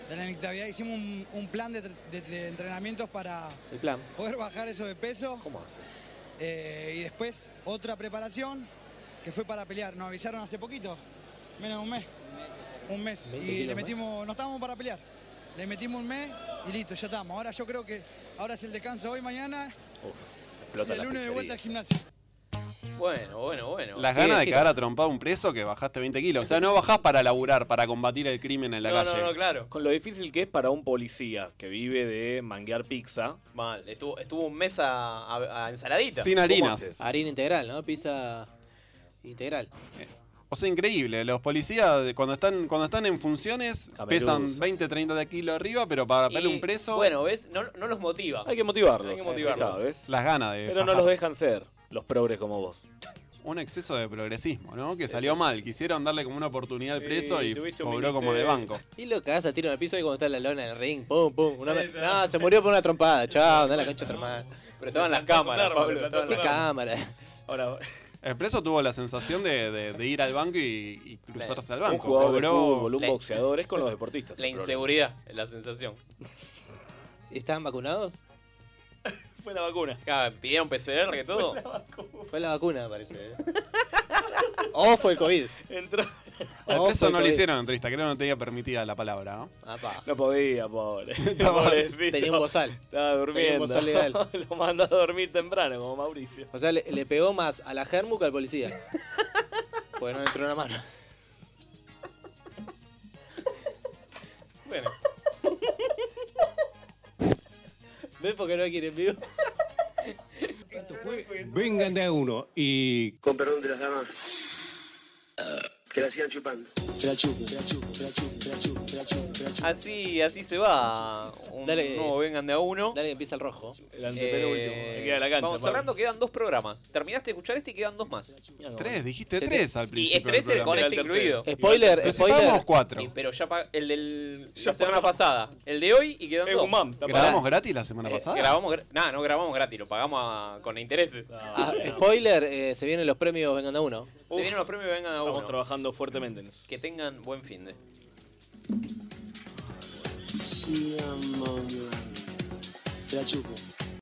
De la inactividad hicimos un, un plan de, tre- de- de entrenamientos para El plan. poder bajar eso de peso. ¿Cómo hace? Eh, y después otra preparación que fue para pelear. Nos avisaron hace poquito, menos de un mes. Un mes. Y 20 le kilos más. metimos, no estábamos para pelear. Le metimos un mes y listo, ya estamos. Ahora yo creo que ahora es el descanso hoy, mañana Uf, explota y la el lunes de pizzería. vuelta al gimnasio. Bueno, bueno, bueno. Las ganas de cagar a trompar a un preso que bajaste 20 kilos. O sea, no bajás para laburar, para combatir el crimen en la No, calle. no, no, claro. Con lo difícil que es para un policía que vive de manguear pizza. Mal, estuvo, estuvo un mes a, Ah, a- a ensaladita. Sin harinas. ¿Cómo haces? Harina integral, ¿no? Pizza integral. Eh, O sea, increíble. Los policías de- cuando están, cuando están en funciones pesan Camerús. 20, 30 de kilos arriba, pero para pegarle Y, un preso... Bueno, ¿ves? No, no los motiva. Hay que motivarlos. Hay que motivarlos. Claro, ¿ves? Las ganas de... Pero no fajar. los dejan ser, los progres como vos. Un exceso de progresismo, ¿no? Que salió mal. Quisieron darle como una oportunidad al Sí, preso y tuviste un cobró minuto como de de- banco. Y lo cagás a tiro en el piso y cuando está la lona del ring, pum, pum. Una me- No, se murió por una trompada. Chao, anda a la concha de tu hermana. Pero estaban las cámaras, Pablo. estaban ¿Qué las cámara? [LAUGHS] Ahora, El preso tuvo la sensación de, de- de ir al banco y, y cruzarse al un banco. jugador de Cobró- fútbol, un boxeador, es con los deportistas. La el problema. inseguridad, la sensación. ¿Estaban vacunados? Fue la vacuna. pidieron PCR y todo. Fue la vacuna, parece. ¿eh? Oh, o fue el COVID. [LAUGHS] Entró. Oh, Al O fue preso el no le COVID. hicieron entrevista, creo que no tenía permitida la palabra, ¿no? Apa. No podía, [LAUGHS] pobre. Estaba- Pobrecito. Tenía un bozal. Estaba Tenía un durmiendo. bozal legal. [LAUGHS] Lo mandó a dormir temprano, como Mauricio. O sea, le, le pegó más a la Germu que al policía. Porque no le entró una mano. Bueno. ¿Ves por qué no quieren vivo? Vengan de a uno y. Con perdón de las damas. Que la sigan chupando. Así, así se va. Un Dale. eh, nuevo vengan de a uno. Eh, Dale que empieza el rojo. El antepenúltimo, que queda la cancha, Vamos Pablo. cerrando, quedan dos programas. Terminaste de escuchar este y quedan dos más. Tres, dijiste tres al Y principio. es tres el con este incluido. Pero si pagamos cuatro. Sí, pero ya pa- el del la semana pasada. El de hoy y quedan dos. ¿Grabamos gratis la semana pasada? Grabamos, gra- nah, no grabamos gratis, lo pagamos a- con intereses. Ah, spoiler, eh, se vienen los premios Vengan a uno. Se vienen los premios, vengan a uno. Estamos trabajando fuertemente en eso. Que tengan buen fin de. Sigan mamando. Te la chupo.